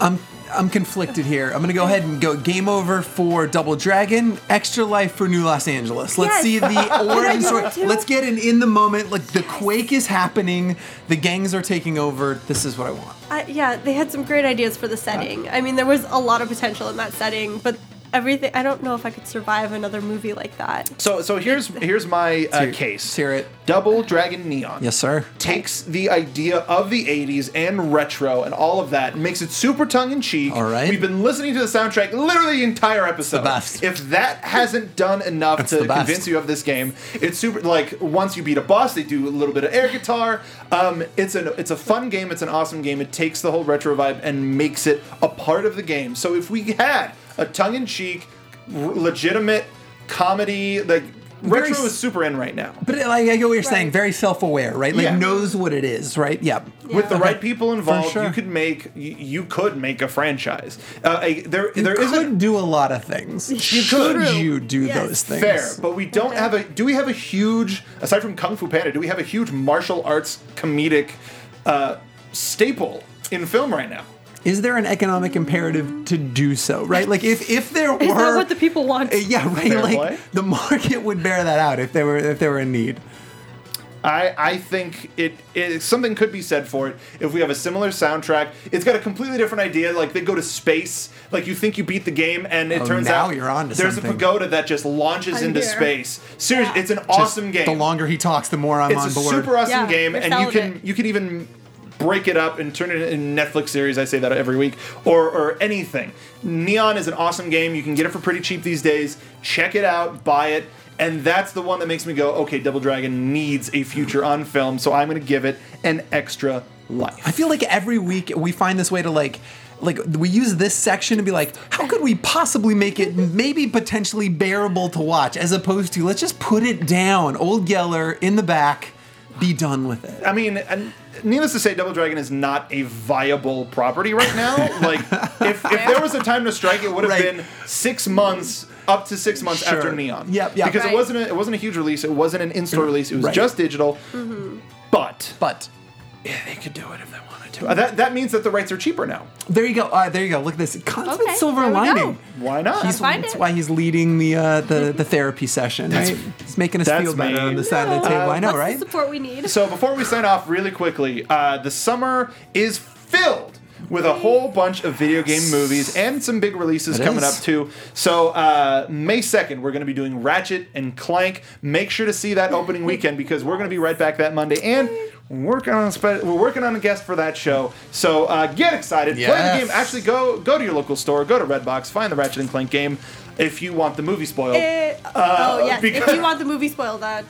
Speaker 4: I'm I'm conflicted here. I'm gonna go ahead and go game over for Double Dragon, extra life for New Los Angeles.
Speaker 3: Yes.
Speaker 4: Let's see the origin
Speaker 3: do
Speaker 4: story.
Speaker 3: that too?
Speaker 4: Let's get in in the moment. Like the quake is happening, the gangs are taking over. This is what I want.
Speaker 3: I, yeah, they had some great ideas for the
Speaker 4: uh,
Speaker 3: setting. I mean, there was a lot of potential in that setting, but everything. I don't know if I could survive another movie like that.
Speaker 1: So so here's here's my uh, case.
Speaker 4: let's hear it.
Speaker 1: Double Dragon Neon.
Speaker 4: Yes, sir.
Speaker 1: takes the idea of the 80s and retro and all of that and makes it super tongue in cheek.
Speaker 4: All right.
Speaker 1: We've been listening to the soundtrack literally the entire episode.
Speaker 4: best.
Speaker 1: If that hasn't done enough
Speaker 4: That's
Speaker 1: to
Speaker 4: the best.
Speaker 1: convince you of this game, it's super like once you beat a boss, they do a little bit of air guitar. Um, it's an it's a fun game, it's an awesome game. It takes the whole retro vibe and makes it a part of the game. So if we had a tongue in cheek r- legitimate comedy like
Speaker 4: Very
Speaker 1: retro
Speaker 4: s-
Speaker 1: is super in right now.
Speaker 4: But it- like I get what you're saying,
Speaker 3: Right.
Speaker 4: very self-aware, right? Like
Speaker 1: Yeah.
Speaker 4: knows what it is, right? Yeah.
Speaker 1: with the
Speaker 4: Okay.
Speaker 1: right people involved,
Speaker 4: sure.
Speaker 1: you could make you, you could make a franchise. Uh, a, there
Speaker 4: You
Speaker 1: there
Speaker 4: could
Speaker 1: isn't
Speaker 4: do a lot of things. Should
Speaker 3: True.
Speaker 4: you do
Speaker 3: Yes.
Speaker 4: those things?
Speaker 1: fair, but we don't have a. Do we have a huge aside from Kung Fu Panda? Do we have a huge martial arts comedic uh, staple in film right now?
Speaker 4: Is there an economic imperative to do so, right? Like if if there were
Speaker 3: Is that what the people want?
Speaker 4: Uh, yeah, right.
Speaker 1: Fair
Speaker 4: like
Speaker 1: play.
Speaker 4: the market would bear that out if they were if they were in need.
Speaker 1: I, I think it, it something could be said for it if we have a similar soundtrack. It's got a completely different idea. Like they go to space. Like you think you beat the game, and it
Speaker 4: Oh,
Speaker 1: turns
Speaker 4: now
Speaker 1: out
Speaker 4: you're onto
Speaker 1: there's a
Speaker 4: something.
Speaker 1: pagoda that just launches
Speaker 3: I'm
Speaker 1: into
Speaker 3: here.
Speaker 1: space. Seriously,
Speaker 3: Yeah.
Speaker 1: it's an awesome
Speaker 4: Just
Speaker 1: game.
Speaker 4: The longer he talks, the more I'm
Speaker 1: it's
Speaker 4: on
Speaker 1: a
Speaker 4: board.
Speaker 1: super awesome
Speaker 3: Yeah,
Speaker 1: game,
Speaker 3: we're
Speaker 1: and you
Speaker 3: selling
Speaker 1: can
Speaker 3: it.
Speaker 1: you can even break it up and turn it into a Netflix series. I say that every week, or or anything. Neon is an awesome game. You can get it for pretty cheap these days. Check it out, buy it, and that's the one that makes me go, okay, Double Dragon needs a future on film, so I'm going to give it an extra
Speaker 4: I
Speaker 1: life.
Speaker 4: feel like every week we find this way to like like we use this section to be like, how could we possibly make it maybe potentially bearable to watch, as opposed to let's just put it down, old Yeller in the back, be done with it.
Speaker 1: I mean, and needless to say, Double Dragon is not a viable property right now. like, if, if there was a time to strike, it would have
Speaker 4: Right.
Speaker 1: been six months, up to six months
Speaker 4: Sure.
Speaker 1: after Neon.
Speaker 4: Yep, yep.
Speaker 1: Because
Speaker 3: Right.
Speaker 1: it wasn't a, it wasn't a huge release. It wasn't an in-store release. It was
Speaker 4: Right.
Speaker 1: just digital. But
Speaker 4: But
Speaker 1: they could do it if they wanted to. Uh, that that means that the rights are cheaper now.
Speaker 4: there you go. Uh, there you go. Look at this constant
Speaker 3: Okay,
Speaker 4: silver
Speaker 3: there we go.
Speaker 4: lining.
Speaker 1: Why not?
Speaker 4: He's,
Speaker 3: find
Speaker 4: that's
Speaker 3: it.
Speaker 4: why he's leading the uh, the, the therapy session.
Speaker 1: That's-
Speaker 4: right? He's making us
Speaker 1: that's
Speaker 4: feel better
Speaker 1: me.
Speaker 4: on the side of the
Speaker 3: No.
Speaker 4: table. I know,
Speaker 3: What's
Speaker 4: right?
Speaker 3: The support we need.
Speaker 1: So before we sign off, really quickly, uh, the summer is filled with a whole bunch of video game movies and some big releases
Speaker 4: It
Speaker 1: coming
Speaker 4: is.
Speaker 1: up too. So uh, May second, we're going to be doing Ratchet and Clank. Make sure to see that opening weekend because we're going to be right back that Monday and. We're working on a spe- we're working on a guest for that show, so uh, get excited! Play the
Speaker 4: Yes.
Speaker 1: game. Actually, go go to your local store, go to Redbox, find the Ratchet and Clank game if you want the movie spoiled.
Speaker 3: Eh, oh yes.
Speaker 1: because-
Speaker 3: If you want the movie spoiled, that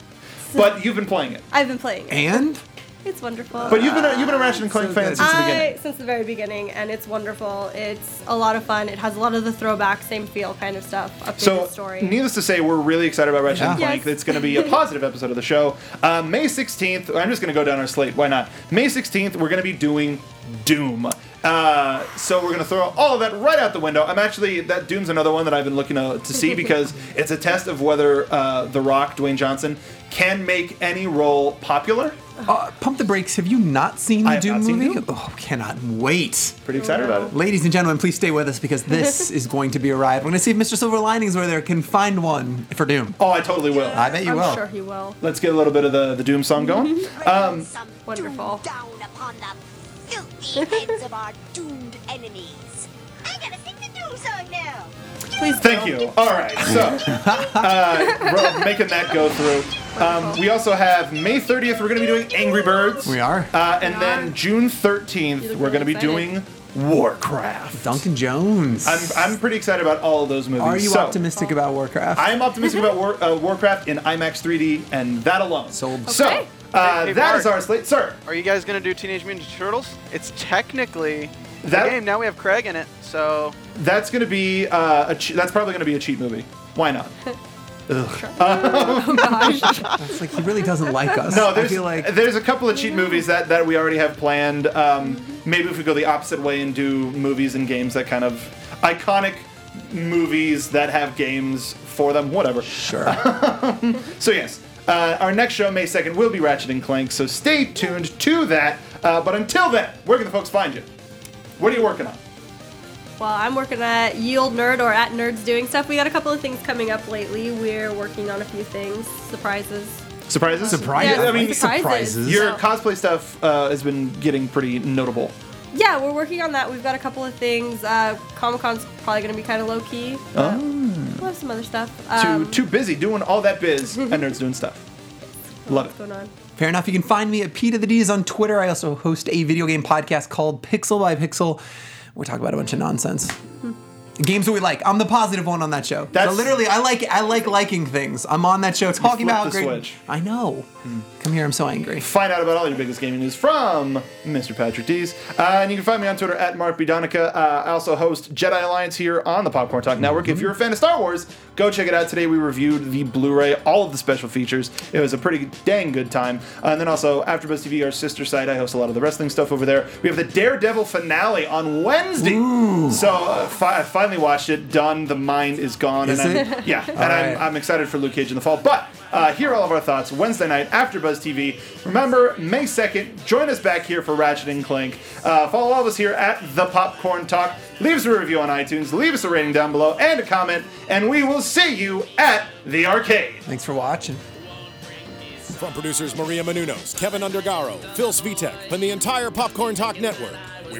Speaker 1: but you've been playing it.
Speaker 3: I've been playing. it.
Speaker 4: And
Speaker 3: It's wonderful.
Speaker 1: But you've been a, you've been a Ratchet and Clank fan since the beginning.
Speaker 3: I, since the very beginning, and it's wonderful. It's a lot of fun. It has a lot of the throwback, same feel kind of stuff. Updated
Speaker 1: So,
Speaker 3: story.
Speaker 1: needless to say, we're really excited about Ratchet and
Speaker 3: Yeah.
Speaker 1: Clank.
Speaker 3: Yes.
Speaker 1: It's going to be a positive episode of the show. Uh, May 16th, I'm just going to go down our slate. Why not? May 16th, we're going to be doing Doom. Uh, so we're going to throw all of that right out the window. I'm actually, that Doom's another one that I've been looking to, to see because it's a test of whether uh, The Rock, Dwayne Johnson, can make any role popular.
Speaker 6: Uh, pump the brakes. Have you not seen the
Speaker 1: I have
Speaker 6: Doom
Speaker 1: not seen
Speaker 6: movie?
Speaker 1: Doom.
Speaker 6: Oh, cannot wait.
Speaker 1: Pretty excited about it.
Speaker 6: Ladies and gentlemen, please stay with us because this is going to be a ride. We're going to see if Mr. Silver Linings where there can find one for Doom.
Speaker 1: Oh, I totally will.
Speaker 6: I bet you
Speaker 3: I'm
Speaker 6: will.
Speaker 3: sure he will.
Speaker 1: Let's get a little bit of the, the Doom song
Speaker 3: Mm-hmm.
Speaker 1: going.
Speaker 8: Um,
Speaker 3: Wonderful.
Speaker 8: Down upon the filthy heads of our doomed enemies. I gotta sing the doom song now.
Speaker 3: Please.
Speaker 1: Thank
Speaker 3: do.
Speaker 1: you. All right, so uh, we're making that go through. Um, we also have May 30th. We're going to be doing Angry Birds.
Speaker 6: We are.
Speaker 1: Uh, and
Speaker 3: We
Speaker 1: then
Speaker 3: are.
Speaker 1: June
Speaker 3: You
Speaker 1: 13th,
Speaker 3: look
Speaker 1: we're going to be
Speaker 3: really
Speaker 1: doing Warcraft.
Speaker 6: Duncan Jones.
Speaker 1: I'm, I'm pretty excited about all of those movies.
Speaker 6: Are you
Speaker 1: So,
Speaker 6: optimistic about Warcraft?
Speaker 1: I am optimistic about War, uh, Warcraft in IMAX 3D, and that alone.
Speaker 6: Sold.
Speaker 1: So
Speaker 3: Okay.
Speaker 1: uh,
Speaker 5: Hey,
Speaker 1: that
Speaker 5: Mark.
Speaker 1: is our slate, sir.
Speaker 5: Are you guys gonna do Teenage Mutant Ninja Turtles? It's technically
Speaker 1: That-
Speaker 5: the game. Now we have Craig in it, so
Speaker 1: That's going to be uh, a che- that's probably going to be a cheap movie. Why not?
Speaker 3: Oh,
Speaker 6: It's like he really doesn't like us.
Speaker 1: No,
Speaker 6: I
Speaker 1: there's
Speaker 6: feel like
Speaker 1: there's a couple of cheap movies that, that we already have planned. Um, maybe if we go the opposite way and do movies and games that kind of iconic movies that have games for them, whatever.
Speaker 6: sure.
Speaker 1: So yes, uh, our next show May second will be Ratchet and Clank. So stay tuned to that. Uh, but until then, where can the folks find you? What are you working on?
Speaker 3: Well, I'm working at Yield Nerd or at Nerds Doing Stuff. We got a couple of things coming up lately. We're working on a few things, surprises.
Speaker 1: Surprises.
Speaker 6: Surprises.
Speaker 1: I mean,
Speaker 6: surprises.
Speaker 1: your
Speaker 3: So-
Speaker 1: cosplay stuff uh, has been getting pretty notable.
Speaker 3: Yeah, we're working on that. We've got a couple of things. Uh, Comic Con's probably going to be kind of low key. Oh. We'll have some other stuff. Um,
Speaker 1: too too busy doing all that biz and nerds doing stuff. Love it.
Speaker 3: oh, what's going on?
Speaker 6: Fair enough. You can find me at P to the D's on Twitter. I also host a video game podcast called Pixel by Pixel. We talk about a bunch of nonsense. Games that we like. I'm the positive one on that show.
Speaker 1: Hmm. That's-
Speaker 6: so literally, I like I like liking things. I'm on that show talking
Speaker 1: flipped
Speaker 6: about
Speaker 1: the
Speaker 6: great-
Speaker 1: switch. Hmm.
Speaker 6: I know. Come here, I'm so angry.
Speaker 1: find out about all your biggest gaming news from Mr. Patrick Dees. Uh, and you can find me on Twitter at Mark B. Donica. Uh, I also host Jedi Alliance here on the Popcorn Talk Network.
Speaker 6: Mm-hmm.
Speaker 1: If you're a fan of Star Wars, go check it out. Today we reviewed the Blu-ray, all of the special features. It was a pretty dang good time. Uh, and then also AfterBuzz TV, our sister site, I host a lot of the wrestling stuff over there. We have the Daredevil finale on Wednesday. So uh, fi- I finally watched it. Done. The mind is gone.
Speaker 6: Is
Speaker 1: and
Speaker 6: it?
Speaker 1: I'm, yeah. And
Speaker 6: All
Speaker 1: I'm,
Speaker 6: right.
Speaker 1: I'm excited for Luke Cage in the fall. But uh, hear all of our thoughts Wednesday night after Buzz TV. Remember, May 2nd, join us back here for Ratchet and Clank. Uh, follow all of us here at The Popcorn Talk. Leave us a review on iTunes, leave us a rating down below, and a comment, and we will see you at the arcade.
Speaker 6: Thanks for watching.
Speaker 2: From producers Maria Menunos, Kevin Undergaro, Phil Svitek, and the entire Popcorn Talk Network, we